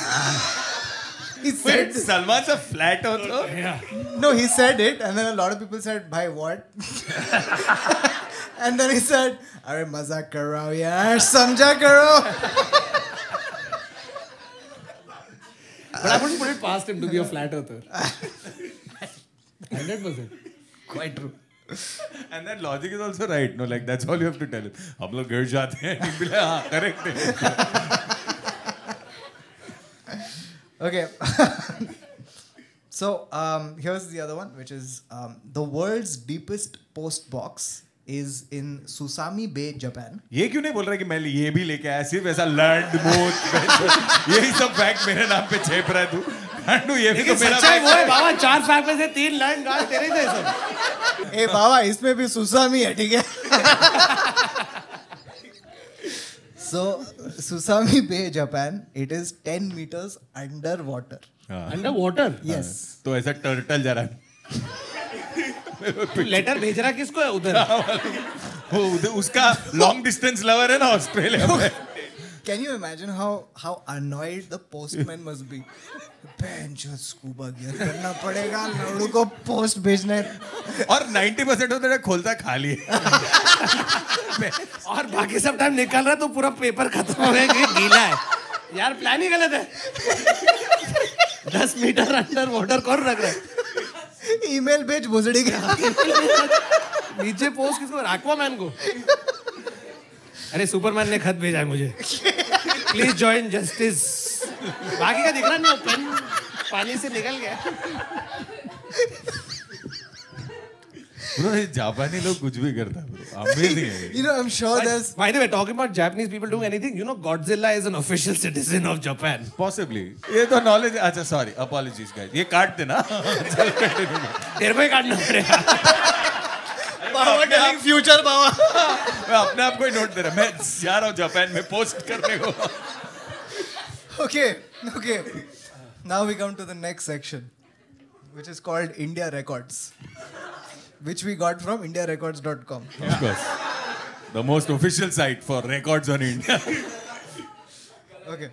he Wait, said Salman's a flat तो? also? no he said it and then a lot of people said bhai what and then he said अरे मजाक कर रहा हूँ यार समझा करो but I wouldn't put it past him to be a flat Arthur 100% quite true And that logic is also right. No, like that's all you have to tell him. हम लोग गिर जाते हैं And he'll be like, हाँ, correct है." Okay. so um, here's the other one, which is um, the world's deepest post box is in Susami Bay, Japan. ये क्यों नहीं बोल रहा कि मैं ये भी लेके आया सिर्फ ऐसा लैंड मूत यही सब फैक्ट मेरे नाम पे छेप रहा है तू खांडू ये भी तो मेरा सच्चाई fact वो है है। बाबा चार फैक्ट में से तीन लाइन गाल तेरे ही थे सब ए बाबा इसमें भी सुसामी है ठीक है so susami bay japan it is 10 meters underwater हाँ, अंडर वाटर yes तो ऐसा टर्टल जा रहा है लेटर भेज रहा किसको है उधर वो उधर- उसका लॉन्ग डिस्टेंस लवर है ना ऑस्ट्रेलिया में Can you imagine how how annoyed the postman must be? Bench और scuba gear करना पड़ेगा लड़ू को post भेजना है और 90% परसेंट होता है खोलता खाली है और बाकी सब टाइम निकल रहा है तो पूरा पेपर खत्म हो गया कि गीला है यार प्लान ही गलत है दस मीटर अंडर वाटर कौन रख रहा है ईमेल भेज भोसड़ी का नीचे पोस्ट किसको एक्वामैन को अरे सुपरमैन ने खत भेजा है मुझे प्लीज ज्वाइन जस्टिस बाकी का दिख रहा नहीं पेन पानी से निकल गया Bro, ये जापानी लोग कुछ भी करता है bro. Amazing है ये. You know, I'm sure there's By the way, talking about Japanese people doing anything, you know, Godzilla is an official citizen of Japan. Possibly. ये तो knowledge अच्छा sorry apologies guys ये काट देना चल continue कर. तेरे को ही काटना पड़ेगा power telling future power. मैं अपने आप को ही नोट दे रहा मैं जा रहा हूँ जापान में पोस्ट करने को Okay, okay. Now we come to the next section, which is called India Records, which we got from IndiaRecords.com. of course the most official site for records on India Okay.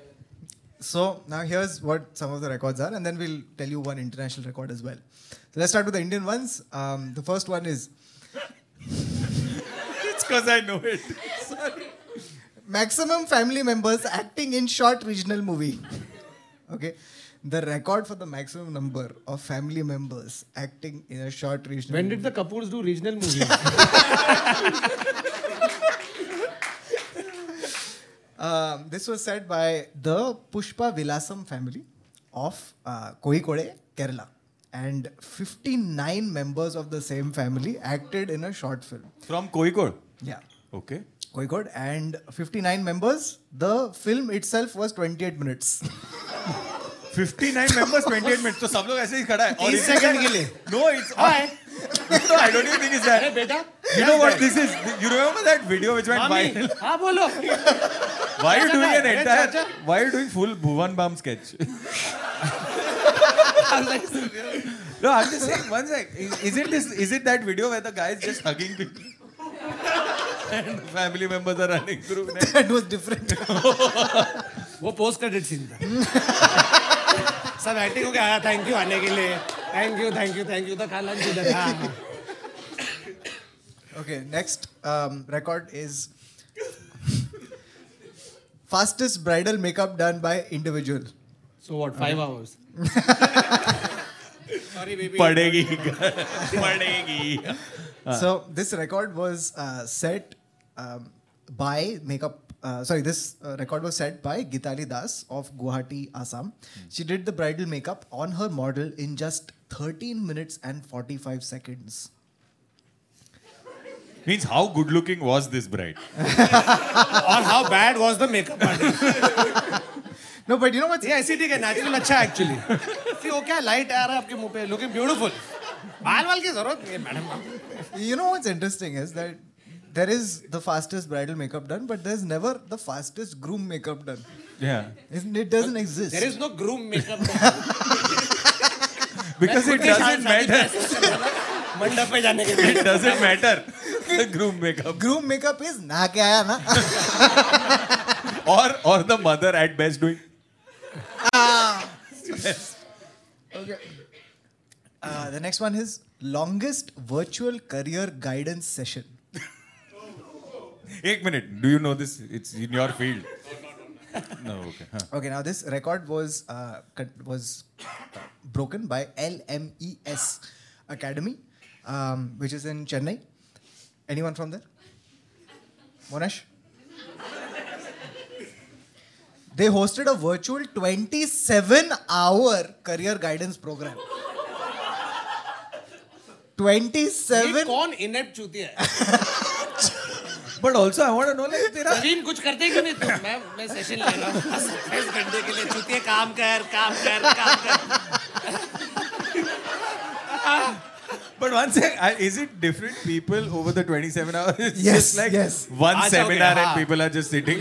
So now here's what some of the records are, and then we'll tell you one international record as well. So let's start with the Indian ones. Um, the first one is it's cause I know it maximum family members acting in short regional movie. Okay. The record for the maximum number of family members acting in a short regional When did the Kapoors do regional movies? Um, this was said by the Pushpa Vilasam family of uh, Koikode, Kerala. And 59 members of the same family acted in a short film. from Koikod Yeah, okay Koikode. And 59 members, the film itself was 28 minutes. 59 members 28 minutes तो सब लोग ऐसे ही खड़ा है 30 second के लिए। No it's hi no I don't think is that बेटा You know what this is? You remember that video which went मामी viral? हाँ बोलो Why are you doing an Chacha, entire? chacha. Why are you doing full Bhuvan Bam sketch? No, I'm just saying. One sec. Is, is it this? Is it that video where the guy is just hugging people? And family members are running through. And that was different. वो post credit scene था सब acting हो गया thank you आने के लिए thank you thank you thank you तो खा लंच इधर था okay, next um, record is fastest bridal makeup done by individual. So what five hours sorry baby पढ़ेगी पढ़ेगी So this record was uh, set um, by makeup. Uh, sorry, this uh, record was set by Gitali Das of Guwahati, Assam. She did the bridal makeup on her model in just 13 minutes and 45 seconds. Means how good looking was this bride? और how bad was the makeup artist No, but you know what's ये ऐसी ठीक है natural अच्छा है actually see वो क्या light आ रहा है आपके मुंह पे लुकिंग ब्यूटीफुल बाल वाल की जरूरत नहीं है madam you know what's interesting is that there is the fastest bridal makeup done, but there's never the fastest groom makeup done. Yeah. Isn't- It doesn't exist. There is no groom makeup Because it doesn't matter. मंडप पे जाने के लिए It doesn't matter. The groom makeup. groom makeup is na ke aaya na. Or or the mother at best doing. Okay. Uh, the next one is longest virtual career guidance session. एक मिनट do you know this it's in your field no okay Okay, now this record was uh, cut- was uh, broken by LMES Academy, um, which is in Chennai. Anyone from there? Monash. They hosted a virtual 27-hour career guidance program. 27 ये कौन inept चूतिया है but also I want know like तेरा नवीन कुछ करते ही क्यों नहीं तुम मैं मैं सेशन ले रहा हूँ सत्ताईस घंटे के लिए चूतिया काम कर काम कर काम कर but one second is it different people over the 27 hours Yes, like yes. One आज हो सेमिनार गया, एंड हाँ. पीपल आर जस्ट सिटिंग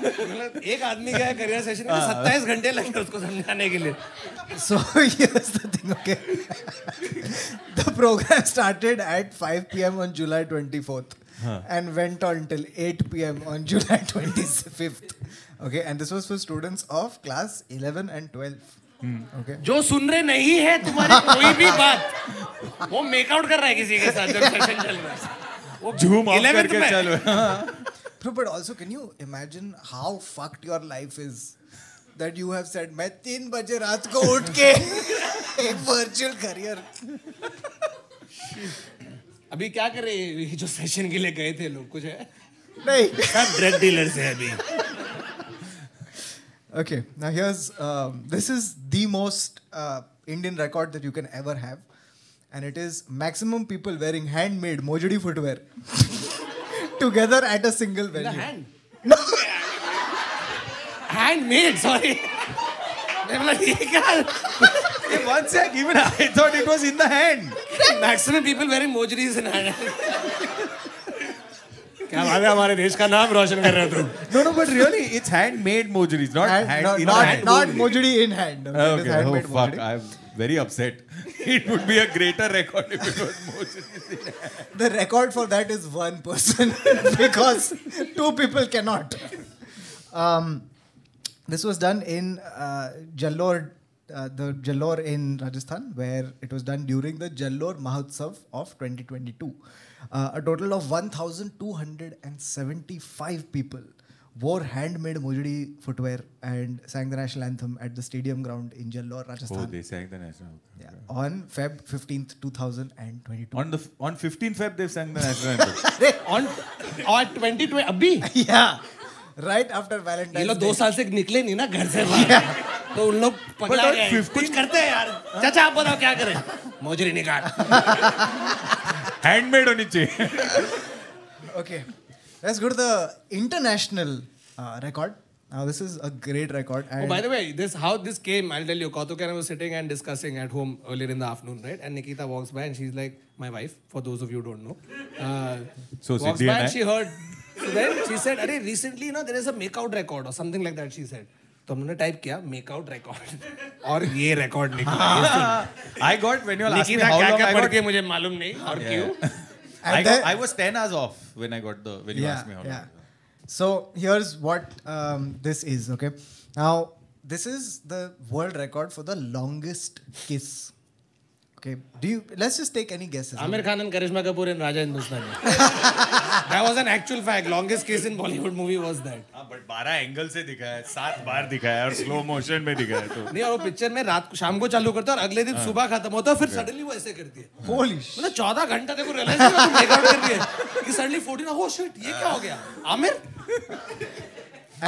मतलब एक आदमी का करियर सेशन में तो सत्ताईस घंटे लगे उसको समझाने के लिए So here's the thing, okay. the program started at 5 p.m. on July 24th. and went on till 8 p.m. on July 25th. Okay, and this was for students of class 11 and 12. Okay. जो सुन रहे नहीं है तुम्हारी कोई भी बात वो make-out कर रहा है किसी के साथ जब सेशन चल रहा है वो झूम ऑफ 11th करके में- चलो Bro, but also, can you imagine how fucked your life is? That you have said, मैं तीन बजे रात को उठ के एक virtual career. अभी क्या कर रहे हैं ये जो सेशन के लिए गए थे लोग कुछ है नहीं. सब ड्रग डीलर्स है अभी Okay, now here's um, this is the most uh, Indian record that you can ever have, and it is maximum people wearing handmade mojadi footwear together at a single venue. Hand handmade sorry मैं बोला ये क्या one sec even I thought it was in the hand maximum people wearing mojris in क्या बात है हमारे देश का नाम रोशन कर रहे हो तुम No, no, but really, it's handmade mojuris, not Hand- hand. not, in not, hand. not mojadi in hand. Okay, it is Okay. Oh handmade fuck! mojadi. I'm very upset. It would be a greater record if it was mojuris. in hand. The record for that is one person because two people cannot. Um, this was done in uh, Jalore, uh, the Jalore in Rajasthan, where it was done during the Jalore Mahotsav of 2022. Uh, a total of 1,275 people wore handmade Mojadi footwear and sang the national anthem at the stadium ground in Jalore, Oh, Rajasthan. they sang the national. anthem. yeah, on Feb 15th, 2022. On the f- on 15 Feb, they sang the national anthem. On और 2020 अभी yeah. Right after Valentine's ये लोग Day. दो साल से निकले नहीं ना घर से बाहर तो उन लोग But पकड़ा on गए हैं। 15 कुछ करते हैं यार चाचा आप बताओ क्या करें मोजरी निकाल Handmade होनी चाहिए. Okay. Let's go to the international uh, record. Now, this is a great record. Oh, And by the way, this how this came, I'll tell you. Kautuk and I was sitting and discussing at home earlier in the afternoon, right? And Nikita walks by and she's like, my wife, for those of you who don't know. Uh, So, walks Siddhi by and and I- she heard. So then she said, अरे recently, you know, there is a makeout record or something like that. She said. तो हमने type किया make out record और ये record निकला हाँ। ये सुन। I got when you all asked me Nikita how क्या long क्या I पढ़ got. के मुझे मालूम नहीं और क्यों Yeah. I, got, And then- I was 10 hours off when I got the when you yeah, asked me how long. yeah. So, here's what um, this is, okay? Now, this is the world record for the longest kiss. Okay. Do you let's just take any guesses. Aamir Khan and Karisma Kapoor in Raja Hindustani that was an actual fact longest kiss in Bollywood movie was that हाँ but बारह angle से दिखाया है सात बार दिखाया है और स्लो मोशन में दिखाया है तो नहीं और वो पिक्चर में रात को शाम को चालू करता है और अगले हाँ। दिन सुबह खत्म होता है फिर सडनली वो ऐसे करती है Holy sh- मतलब चौदह घंटा तक वो रियलाइज कर रही है कि सडनली फोर्टीन हो शिट ये क्या हो गया Aamir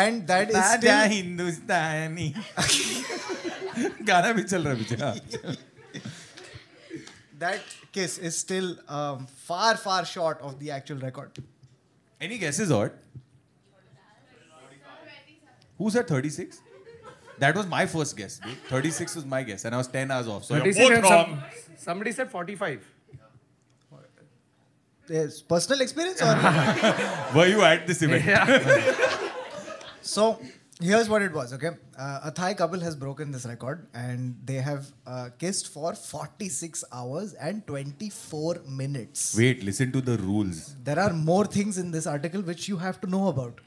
And that is Raja still हिंदुस्तानी गाना भी चल रहा है पीछे हाँ। that kiss is still um, far far short of the actual record. Any guesses odd? Who's at 36? That was my first guess. Dude. 36 was my guess, and I was 10 hours off. So you're both wrong. somebody said 45 Yes, personal experience or Were you at this event? So here's what it was. Okay, uh, a Thai couple has broken this record, and they have uh, kissed for 46 hours and 24 minutes. Wait, listen to the rules. there are more things in this article which you have to know about.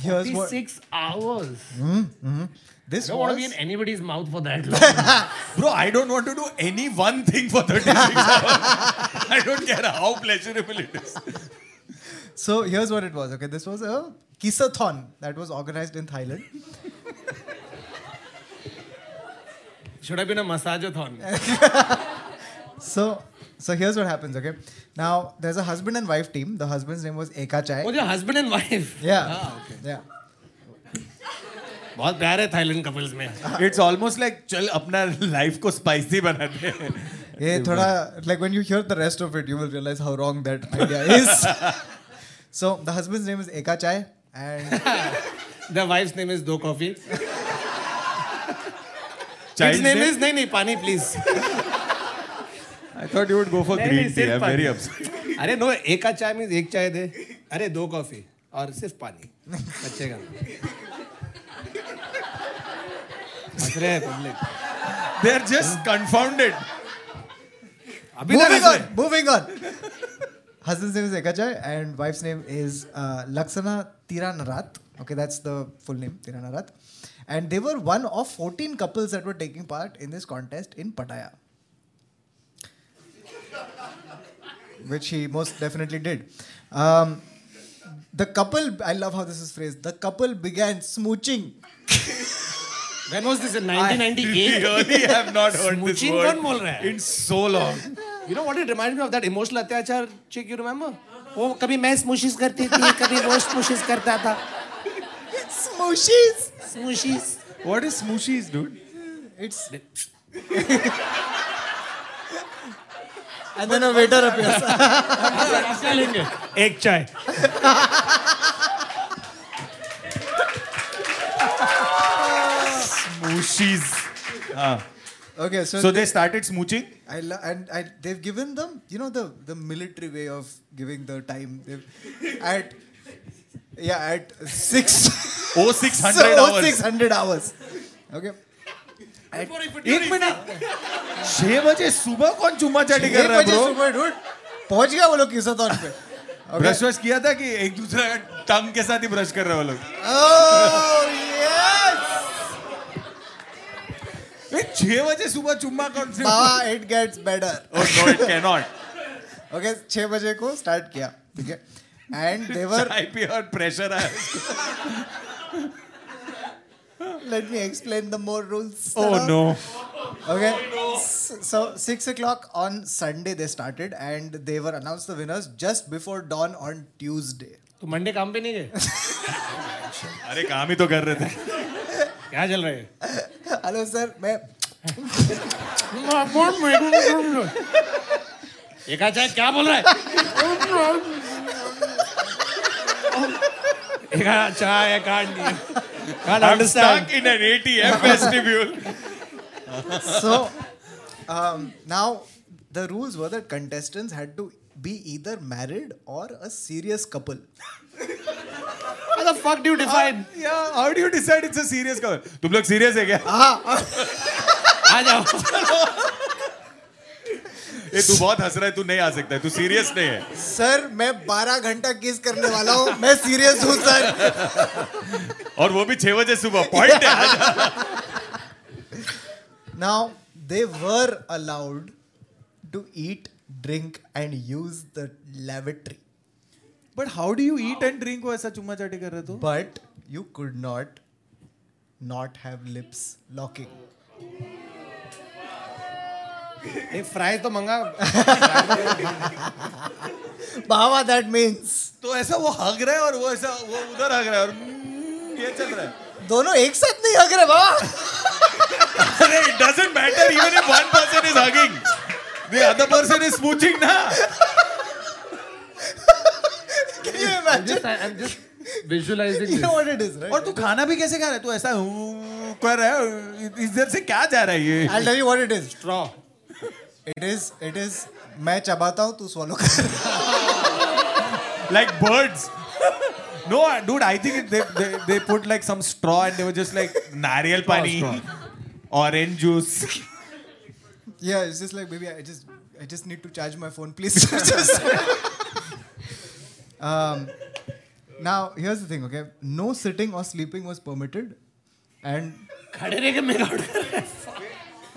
Here's what 46 hours this I don't want to be was. in anybody's mouth for that long. Bro, I don't want to do any one thing for 36 hours. I don't care how pleasurable it is. So here's what it was. Okay, this was a kissathon that was organized in Thailand. Should have been a massageathon. So. So here's what happens, okay? Now there's a husband and wife team. The husband's name was Eka Chai. मुझे husband and wife. Yeah. हाँ, Oh, ah, okay. Yeah. बहुत प्यार है Thailand couples में. It's almost like, chal, apna life ko spicy banate. ये थोड़ा like when you hear the rest of it you will realize how wrong that idea is so the husband's name is Eka Chai and The wife's name is Do Coffee. His Child's name name? is नहीं नहीं पानी please. I thought you would go for नहीं, green नहीं, tea. सिर्फ I'm very पानी। upset. अरे no एक का चाय में एक चाय दे अरे दो कॉफी और सिर्फ पानी बच्चे का हंस रहे हैं पब्लिक They're just confounded. अभी तक moving हंस on moving on Husband's name is Ekajay and wife's name is uh, Laksana Tiranarat. Okay, that's the full name, Tiranarat. And they were one of 14 couples that were taking part in this contest in Pattaya. Which he most definitely did. Um, the couple, I love how this is phrased, the couple began smooching. When was this in 1998? really have not heard this Smooching word कौन बोल रहा है? in so long. You know what it reminds me of that emotional अत्याचार chick you remember? वो कभी मैं स्मूशीज करती थी कभी वो स्मूशीज करता था Smooshies! स्मूशीज What is smooshies, dude? It's. and then a waiter appears. एक चाय Smooshies. Ah. Okay, so, So they started smooching. I lo- and I, they've given them, you know, the the military way of giving the time. They've, at yeah, at six. Oh, 600 so, hours. Six hundred hours. Okay. एक minute छह बजे सुबह कौन चुम्मा चाटी कर एक रहा है बजे ब्रो सुबह dude, पहुंच गया वो लोग किसाथॉन पे. ब्रश वश किया था कि एक दूसरा टंग के साथ ही ब्रश कर रहे हो लोग Oh yes, ये छह बजे सुबह चुम्मा कौन से Baba, it gets better. Oh no, it cannot. Okay, छह बजे को start किया, ठीक है? And they were चाय पी और प्रेशर आया उसको। Let me explain the more rules. Oh Sarah. no. Okay. S- So six o'clock on Sunday they started, and they were announced the winners just before dawn on Tuesday. तो Monday काम पे नहीं गए अरे काम ही तो कर रहे थे क्या चल रहा है Hello, sir. मैं एक चाय क्या बोल रहा है एक चाय I can't can't I'm understand stuck in an ATM vestibule. so um, now the rules were that contestants had to be either married or a serious couple. How the fuck do you define? Yeah, how do you decide it's a serious cover? तुम लोग serious है क्या? आ जाओ ये तू बहुत हंस रहा है तू नहीं आ सकता है तू serious नहीं है सर मैं 12 घंटा किस करने वाला हूँ मैं सीरियस हूँ सर और वो भी छह बजे सुबह पॉइंट है आज। Now, they were allowed to eat, drink, and use the lavatory. But how do you eat and drink वो ऐसा चुम्मा चाटी कर रहे तो But you could not not have lips locking. एक फ्राई तो मंगा Baba, that means. तो ऐसा वो हग रहा है और वो ऐसा वो उधर हग रहा है और "Mm," ये चल रहा है दोनों एक साथ नहीं हग रहे बाबा अरे it doesn't matter even if one person is hugging The other person is smooching ना Can you imagine? I'm just visualizing You know what it is, right? और तू खाना भी कैसे खा रहा है तू ऐसा "Mm," कर रहा है इधर से क्या जा रहा है ये I'll tell you what it is. Straw. It is, it is, मैं चबाता हूँ तू swallow कर like birds. No, I- dude, I think it- they, they they put like some straw and they were just like nariyal pani, orange juice. Yeah, it's just like baby, I just I just need to charge my phone, please. Just- um, now here's the thing, okay? No sitting or sleeping was permitted, and खड़े रह के मेरा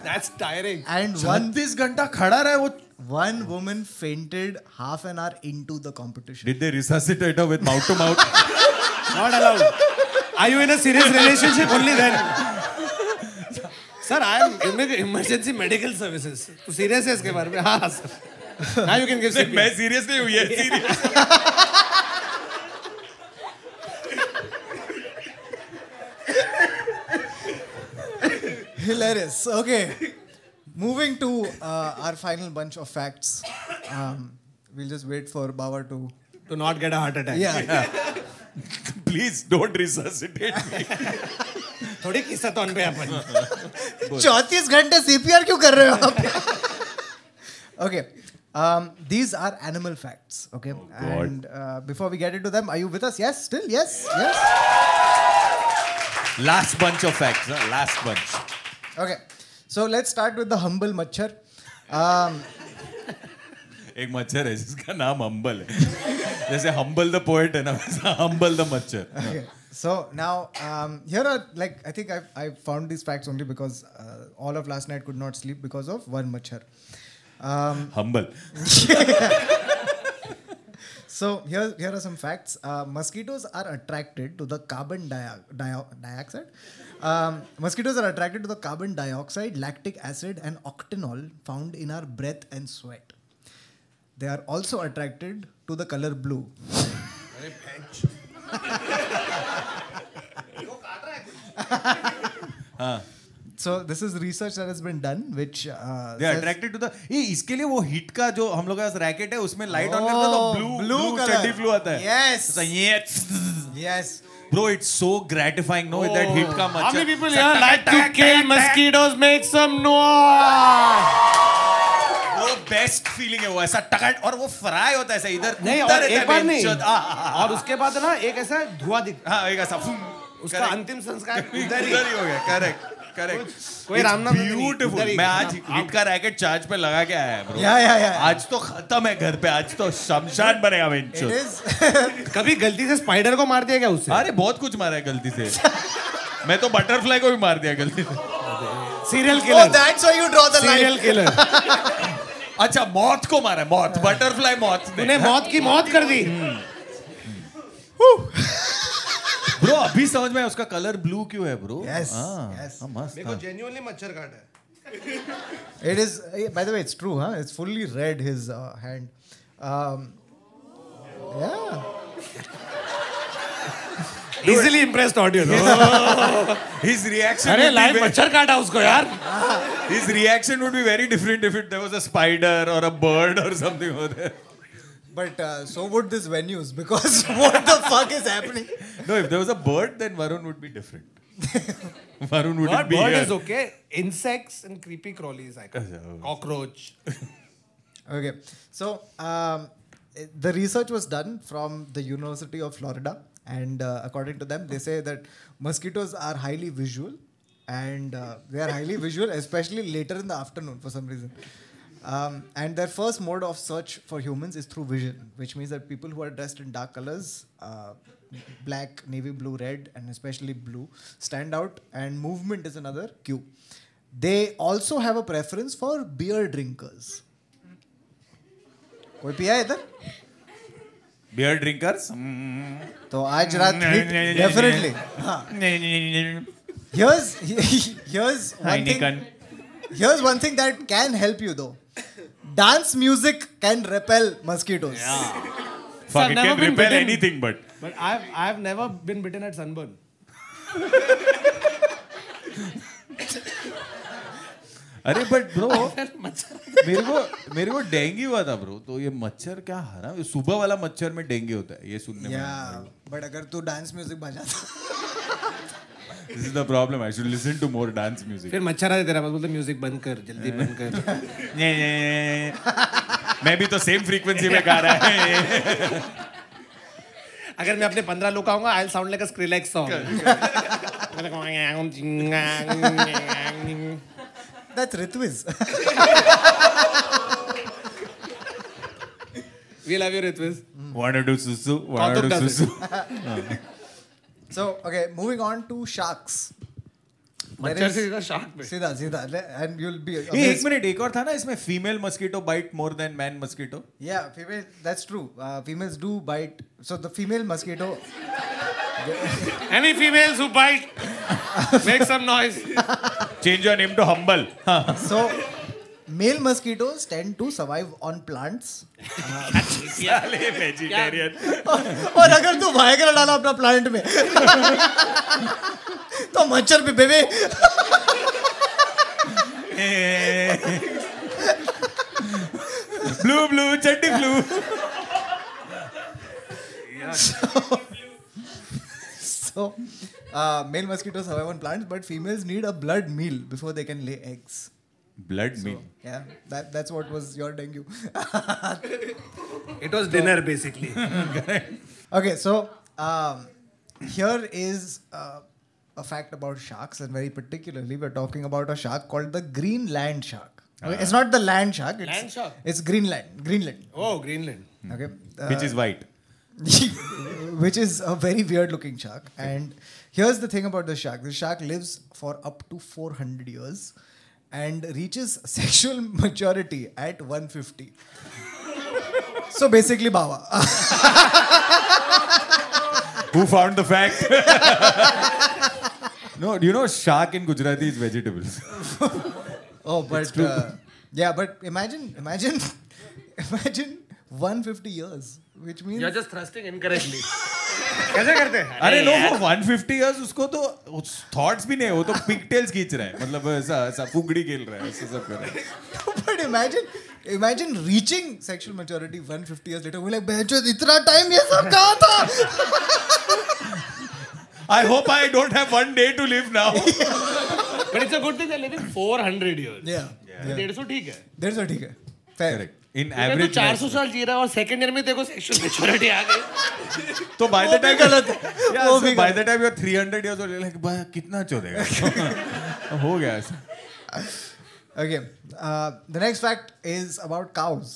That's tiring. and one छत्तीस घंटा खड़ा रहा है वो. one woman fainted half an hour into the competition. Did they resuscitate her with mouth to mouth? Not allowed. Are you in a serious relationship only then? Sir, I am in emergency medical services. तू serious है इसके बारे में? हाँ sir. Now you can give मैं CPR. serious नहीं हूँ ये serious. Hilarious. Okay, moving to uh, our final bunch of facts. Um, we'll just wait for Baba to. To not get a heart attack. Yeah. Please don't resuscitate me. थोड़ी किस्सा तो पे अपन. चौंतीस घंटे CPR क्यों कर रहे हो आप okay um these are animal facts okay and uh, before we get into them are you with us yes still yes yes Last bunch of facts. huh? Last bunch. okay so let's start with the humble machhar um एक मच्छर है जिसका नाम humble है जैसे humble the poet है ना वैसा हम्बल द मच्छर Okay. So now um, here are like I think I I found these facts only because uh, all of last night could not sleep because of one machar. Um, humble so here here are some facts. Uh, mosquitoes are attracted to the carbon dia- dia- dioxide. Um, mosquitoes are attracted to the carbon dioxide, lactic acid, and octanol found in our breath and sweat. They are also attracted to the color blue. So this is research that has been done, which uh, they says- attracted to the ये इसके लिए वो heat का जो हम लोग का racket है उसमें लाइट ऑन Oh, करते हैं तो ब्लू blue ब्लू color. चड्डी ब्लू आता है Yes. ऐसा ये yes. Bro, it's so gratifying, no? With that hit ka macha. How many people here like to kill mosquitoes? Make some noise. वो best feeling है वो ऐसा टकट और वो fry होता है ऐसा इधर नहीं और कूदता रहता एक है बार नहीं बेंचोद। आ, आ, आ। और उसके बाद ना एक ऐसा धुआं दिख हाँ एक ऐसा फुम उसका Correct. अंतिम संस्कार उधर उधर ही ही हो गया करेक्ट करेक्ट कोई रामनाम नहीं, उधर ब्यूटीफुल ही- मैं आज हिट का रैकेट चार्ज पे लगा के आया है bro. Yeah, yeah, yeah. आज तो खत्म है घर पे आज तो शमशान बनेगा It बेंचोद। is. कभी गलती से स्पाइडर को मार दिया क्या उससे अरे बहुत कुछ मारा है गलती से मैं तो बटरफ्लाई को भी मार दिया गलती से serial oh, killer that's why you draw the serial line. Killer अच्छा मौत को मारा है, मौत बटरफ्लाई मौत ने तूने मौत की मौत कर दी ब्रो अभी समझ में आया उसका कलर ब्लू क्यों है ब्रो Yes, हाँ, yes. हाँ, मस्त हाँ। जेन्युइनली मच्छर काटा है It is. eh, By the way, it's true, huh? It's fully red. His uh, hand. Um, yeah. Easily impressed audience His reaction Oh, अरे अच्छा would be लाइव ve- मच्छर काटा उसको यार his reaction would be very different if it there was a spider or a bird or something over there. But uh, so would this venues because what the fuck is happening? No, if there was a bird, then Varun would be different. Varun wouldn't Bird, be bird here. is okay. Insects and creepy crawlies, I call it. cockroach. Okay. So um, eh, the research was done from the University of Florida, and uh, according to them, they say that mosquitoes are highly visual, and uh, they are highly visual, especially later in the afternoon for some reason. Um, and their first mode of search for humans is through vision, which means that people who are dressed in dark colors, uh, black, navy blue, red, and especially blue, stand out, and movement is another cue. They also have a preference for beer drinkers. कोई पिया है इधर Beer drinkers. तो आज रात definitely here's here's one thing Heineken. here's one thing that can help you though dance music can repel mosquitoes Fuck, I've it never been can repel bitten. anything, but But I've I've never been bitten at sunburn. अरे but bro मच्छर मेरे को मेरे को dengue हुआ था bro तो ये मच्छर क्या हरा ये सुबह वाला मच्छर में डेंगू होता है ये सुनने में आया yeah but अगर तू dance music बजाता this is the problem I should listen to more dance music फिर मच्छर आया तेरा पास बोलते म्यूजिक बंद कर जल्दी बंद कर मैं भी तो सेम फ्रीक्वेंसी में गा रहा है अगर मैं अपने 15 लोग आऊंगा I sound like a Skrillex song that's Ritwiz we love you Ritviz One or two Hmm. susu, one or two Kathak does susu. so okay moving on to sharks There मच्छर is- से सीधा shark पे सीधा सीधा ले- and you'll be ये एक amazed. Minute एक और था ना इसमें female mosquito bite more than man mosquito yeah female that's true uh, females do bite so the female mosquito any females who bite make some noise change your name to humble so male mosquitoes tend to survive on plants साले vegetarian और अगर तू Viagra डाला अपना plant में तो मच्छर भी बेबे ब्लू ब्लू चड्डी blue so uh, male mosquitoes survive on plants but females need a blood meal before they can lay eggs blood meal yeah that, that's what was your dengue it was dinner basically okay so um, here is uh, a fact about sharks and very particularly we're talking about a shark called the greenland shark Okay, it's not the land shark. It's, Land shark? It's Greenland. Greenland. Oh, Greenland. Okay. uh, which is white. which is a very weird looking shark. And here's the thing about the shark the shark lives for up to 400 years and reaches sexual maturity at 150. so basically, Bawa. Who found the fact? no, you know, shark in Gujarati is vegetables. Oh, but uh, yeah, but imagine, imagine, imagine 150 years, which means You're just thrusting incorrectly. कैसे करते हैं अरे no वो 150 years उसको तो thoughts भी नहीं है, वो तो पिगटेल्स खींच रहा है मतलब ऐसा ऐसा फुगड़ी खेल रहा है ऐसा सब कर रहा है but imagine, imagine reaching sexual maturity 150 years later. We're like, "Bhaijo, itna time ye sab kahan tha?" I hope I don't have one day to live now. But it's a good thing they're living 400 years. Yeah, yeah. 150 ठीक है There's a ठीक है. Fair. Correct. In मैं तो average. 400 साल जी रहा है और सेकंड ईयर में देखो सेक्सुअल मेच्योरिटी आ गई तो by the वो भी time गलत है, Yeah, वो so भी by गलत। the time you're 300 years old, you're like, "बा, कितना चोदेगा हो गया ऐसा Okay. Uh, the next fact is about cows,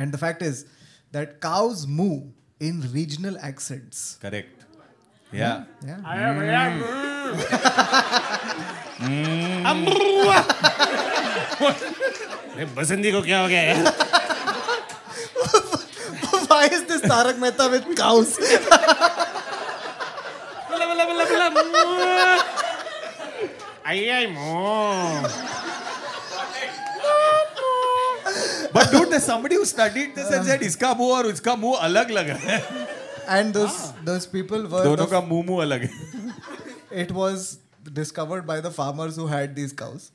and the fact is that cows moo in regional accents. Correct या Yeah. बसंती को क्या हो गया है Why is this Tarak Mehta with cows? बला बला बला बला आई आई मो but dude there's somebody who studied this and said इसका मुंह और उसका मुंह अलग लग रहा है And those those people were दोनों the का मुंह मुंह अलग है it was discovered by the farmers who had these cows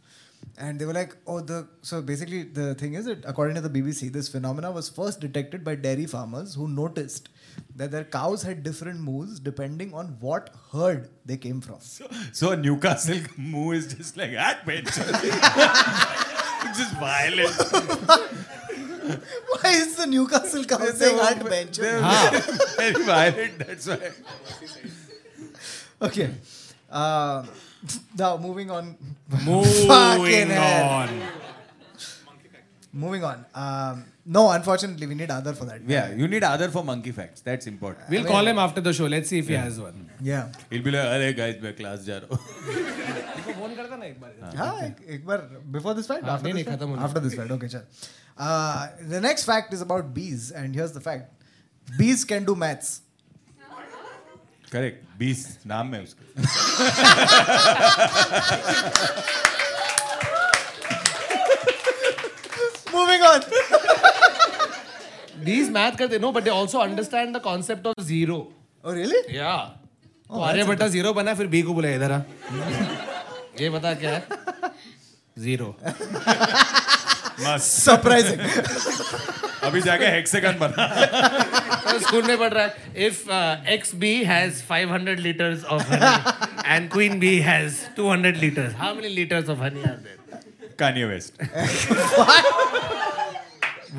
and they were like oh the so basically the thing is that according to the bbc this phenomena was first detected by dairy farmers who noticed that their cows had different moves depending on what herd they came from so Newcastle का मुंह is just like "हाँ, that bitch just violent why is the newcastle cow saying herd bench very violent that's why okay Um now moving on Fucking moving hell. on moving on um, no unfortunately we need other for that yeah you need other for monkey facts that's important we'll call him after the show let's see if he has one yeah he'll be like अरे guys मैं class जा रहा हूँ phone करता ना एक बार हाँ, एक एक बार बिफोर दिस फैक्ट आफ्टर नहीं, दिस नहीं, खत्म फैक्ट होने आफ्टर दिस फैक्ट ओके चल the next fact is about bees and here's the fact bees can do maths correct 20 नाम है उसका मूविंग ऑन these math करते no but they also understand the concept of zero oh really yeah तो आर्य बटा zero बना फिर B को बुलाया इधर आ ये बता क्या है जीरो मस्त सरप्राइजिंग अभी जाके hexagon बना स्कूल में पढ़ रहा है uh, if x B has 500 liters of honey and queen bee has 200 liters how many liters of honey are there Kanye West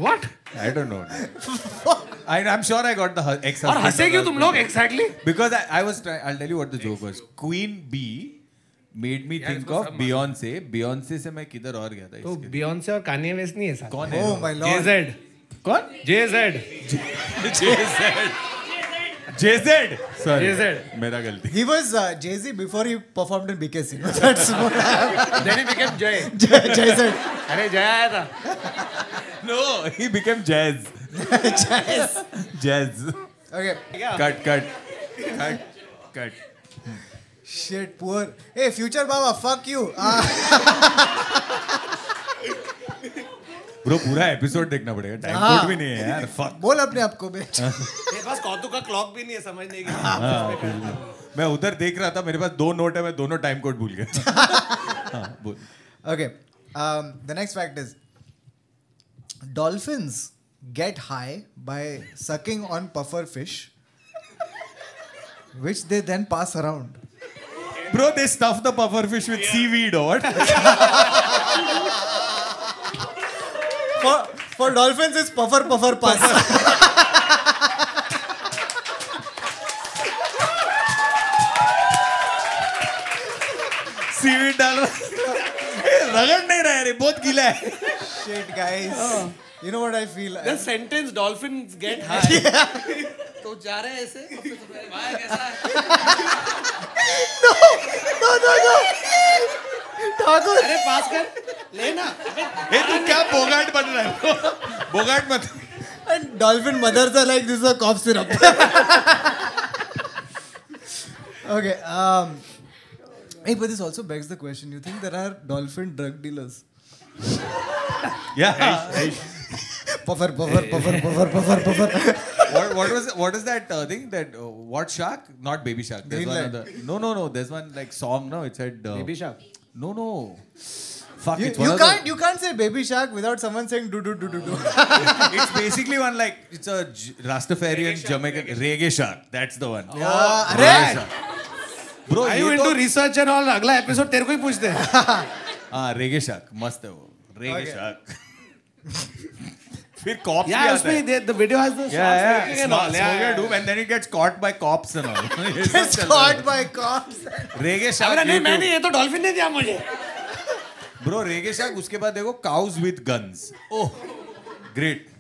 what I don't know I, I'm sure I got the hu- ex और हंसे क्यों तुम लोग exactly Because I, I was trying, I'll tell you what the joke was. Queen B made me think इसको of Beyonce. Beyonce से मैं किधर और गया था तो इसके बियॉन्से और कान्ये वेस्ट नहीं है साथ कौन है ओह माय लॉर्ड जेजेड कौन जेजेड जेजेड जेजेड JZ. सॉरी मेरा गलती He was uh, Jay Z before he performed in BKC. No, That's what happened. then he became जय Jay Z. अरे जय आया था no he became jazz jazz Okay. Cut cut cut cut Shit, poor. Hey, future Baba, fuck you. Uh, bro पूरा episode देखना पड़ेगा time हाँ। Code भी नहीं है यार फक बोल अपने आप को bitch. मेरे पास कौतुक का क्लॉक भी नहीं है समझने की मैं उधर देख रहा था मेरे पास दो नोट है मैं दोनों टाइम कोड भूल गया हाँ बोल Okay. Um, the next fact is dolphins get high by sucking on puffer fish, which they then pass around. Bro, they stuff the pufferfish with seaweed or what? For, for dolphins, it's puffer, puffer, pass. seaweed डालो रगड़ नहीं रहा है रे बहुत गीला है Shit, guys. You know what I feel? The sentence dolphins get high. तो जा रहे हैं ऐसे और फिर तुम्हारे भाई कैसा है No, no, no. Thakur. अरे पास कर लेना ए तू क्या बोगाट बन रहा है बोगाट मत And dolphin mothers are like, this is a cough syrup. okay. Um, hey, but this also begs the question you think there are dolphin drug dealers? या Puffer, puffer, puffer, puffer, puffer, puffer. what what was what is that uh, thing that uh, what shark not baby shark there's one Greenland. other no no no there's one like song no it said uh, Baby shark. no no fuck You, it's one you of the- can't you can't say baby shark without someone saying do do do do do. it's basically one like it's a J- Rastafarian Jamaican reggae shark that's the one Yeah, Reggae अरे shark. Oh, bro Are ये you तो- into research and all? अगला episode तेरे को ही पूछते हैं हाँ रेगे शाक मस्त है वो रेगे Okay. शाक फिर Yeah, cops भी आता है उसमें the- the video has the yeah sharks yeah looking and all. smoke Yeah, smoker yeah. doom and then it gets caught by cops and all ये सब It's चल रहा है। caught by cops. रेगे अबे शाक नहीं मैं नहीं YouTube. ये तो डॉल्फिन ने दिया मुझे ब्रो रेगे शाक उसके बाद देखो cows with guns oh great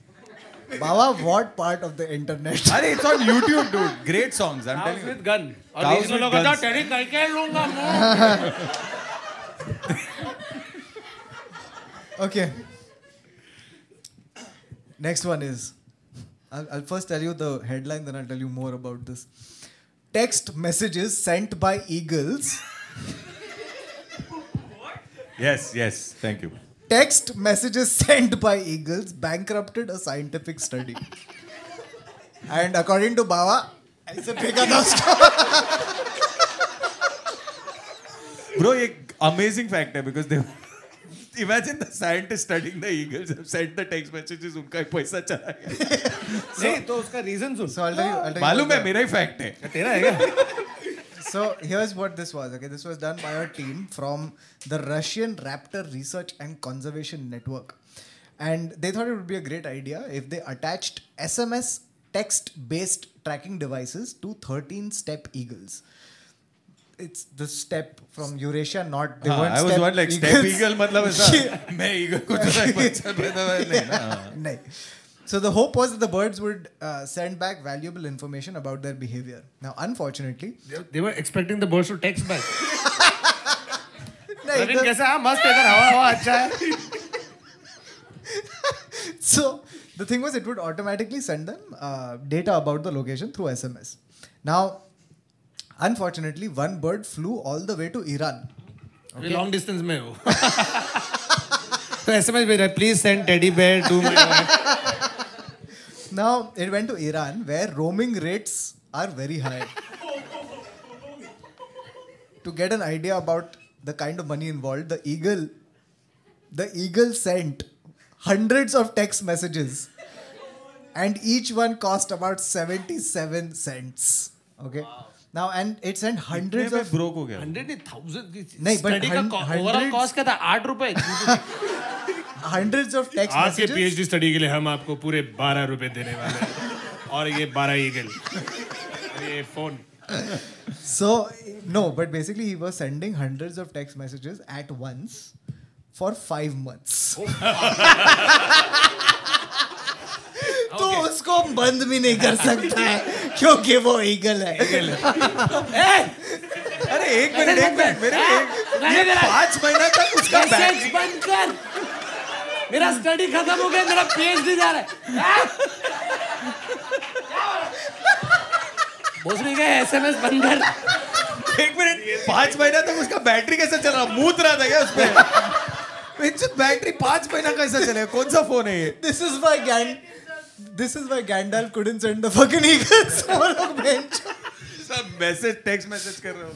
Baba, what part of the internet? अरे it's on YouTube dude great songs i'm telling you with gun और Cows बीच में with लोग कहता guns. टेडी करके लूंगा मैं Okay. Next one is I'll, I'll first tell you the headline, then I'll tell you more about this. Text messages sent by eagles. yes yes thank you Text messages sent by eagles bankrupted a scientific study. and according to Baba, it's a big announcement. bro ये amazing fact है because they imagine the scientists studying the eagles have sent the text messages उनका ही पैसा चला गया नहीं तो उसका रीजन सुन So I'll tell you. I'll tell you मालूम about है मेरा ही fact है तेरा है क्या So here's what this was. Okay, this was done by a team from the Russian Raptor Research and Conservation Network, and they thought it would be a great idea if they attached SMS text-based tracking devices to 13 step eagles. It's the step from Eurasia, not they हाँ, weren't Ah, I was steppe one like step eagles. eagle मतलब ऐसा मैं eagle को तो नहीं बच्चा पैदा हुआ है, नहीं ना हाँ। No. So the hope was that the birds would uh, send back valuable information about their behavior. Now, unfortunately, They were expecting the birds to text back. No, Rabin the- कैसा है हाँ, मस्त है इधर हवा हवा अच्छा है So the thing was, it would automatically send them uh, data about the location through SMS. Now, unfortunately, one bird flew all the way to Iran. Okay. Long distance में हो. तो एसएमएस भेज रहा है please send teddy bear to my Now, it went to Iran where roaming rates are very high. to get an idea about the kind of money involved, the eagle, the eagle sent hundreds of text messages, and each one cost about seventy-seven cents. Okay. Now, and it sent hundreds मैं of broke हो गया hundred नहीं thousand की नहीं, but study का hun- overall hundreds- cost क्या था आठ रुपए hundreds of text आज के messages. पीएचडी स्टडी के लिए हम आपको पूरे बारह रुपए देने वाले हैं और ये बारह ईगल ये phone So no, but basically he was sending hundreds of text messages at once for five months. Oh. तो उसको बंद भी नहीं कर सकता है क्योंकि वो ईगल है अरे एक मिनट एक मिनट मेरे ये पाँच महीना तक उसका मैसेज बंद कर मेरा स्टडी खत्म हो गया मेरा पीएचडी जा रहा है बोल रही है एसएमएस बंद कर बैट- एक मिनट पाँच महीना तक उसका बैटरी कैसा चल रहा मूत रहा था क्या उसमें बैटरी पाँच महीना कैसा चले कौन सा फोन है ये this is why गैंड this is why Gandalf couldn't send the fucking eagles for a bench सब मैसेज टेक्स्ट मैसेज कर रहे हो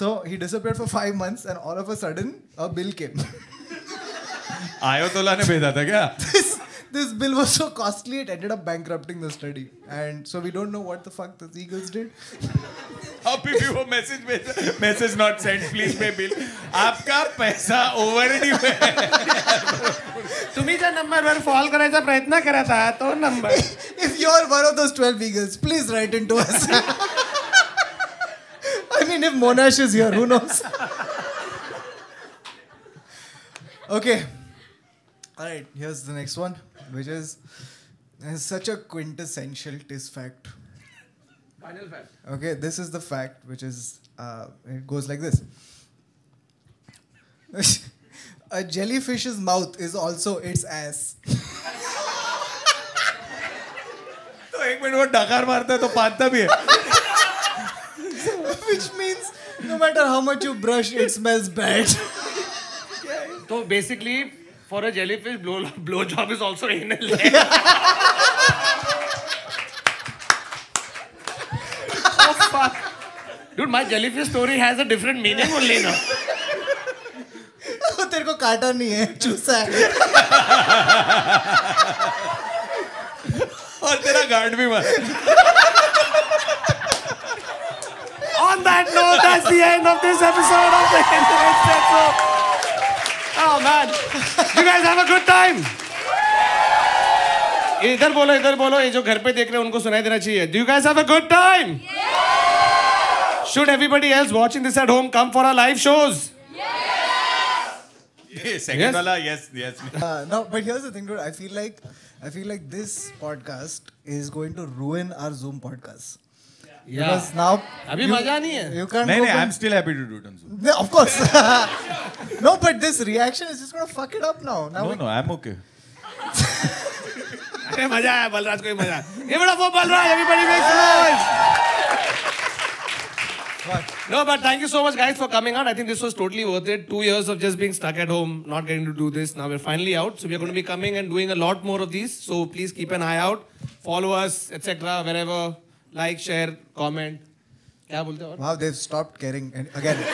so he disappeared for five months and all of a sudden a bill came आयोतोला ने भेजा था क्या this this bill was so costly it ended up bankrupting the study and so we don't know what the fuck the eagles did अभी भी वो message भेजा message not sent please pay bill आपका पैसा ओवरड्यू है तुम्ही ज्या नंबरवर कॉल करायचा प्रयत्न करत आहात तो number if you're one of those 12 eagles please write into us i mean if monash is here who knows Okay. All right. Here's the next one, which is, is such a quintessential tis fact. Final fact. Okay, this is the fact, which is uh, it goes like this: a jellyfish's mouth is also its ass. तो एक minute वो डकार मारता है तो पाता भी है which means no matter how much you brush, it smells bad. So तो basically, for a jellyfish, blow blow job is also anal. oh fuck, dude, my jellyfish story has a different meaning only now. तेरे को काटा नहीं है चूसा है और तेरा गार्ड भी मार On that note, that's the end of this episode of the Internet Show. Oh man, you guys have a good time. ये इधर बोलो इधर बोलो ये जो घर पे देख रहे हैं उनको सुनाई देना चाहिए do you guys have a good time should everybody else watching this at home come for our live shows second वाला yes yes Uh, no, but here's the thing, dude. I feel like I feel like this podcast is going to ruin our Zoom podcast because now अभी मजा नहीं है। You नहीं can't. go नहीं I back- am still happy to do it on Zoom No, of course. no, but this reaction is just gonna fuck it up now. Now no we- no I M okay अरे मजा आया बलराज को भी मजा आया। ये बड़ा वो Balraj everybody make noise No, but thank you so much, guys, for coming out. I think this was totally worth it. Two years of just being stuck at home, not getting to do this. Now we're finally out, so we're going to be coming and doing a lot more of these. So please keep an eye out, follow us, etc. Wherever, like, share, comment. क्या बोलते हो? Wow, they've stopped caring and again.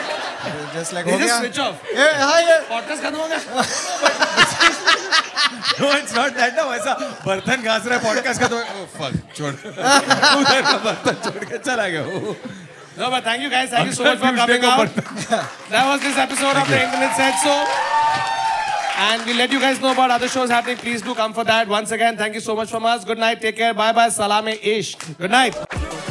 They're just like They oh just yeah. switch off. Yeah, hi, yeah. Podcast खत्म हो गया? No it's not that ना वैसा बर्तन घास रहा है पॉडकास्ट का तो ओह फक छोड़ उधर का बर्तन छोड़ के चला गया वो No, but thank you guys. Thank you so much Uncle for Tuesday coming को out. that was this episode of the Internet Said So. And we let you guys know about other shows happening. Please do come for that. Once again, thank you so much from us. Good night. Take care. Bye bye. Salame ish. Good night.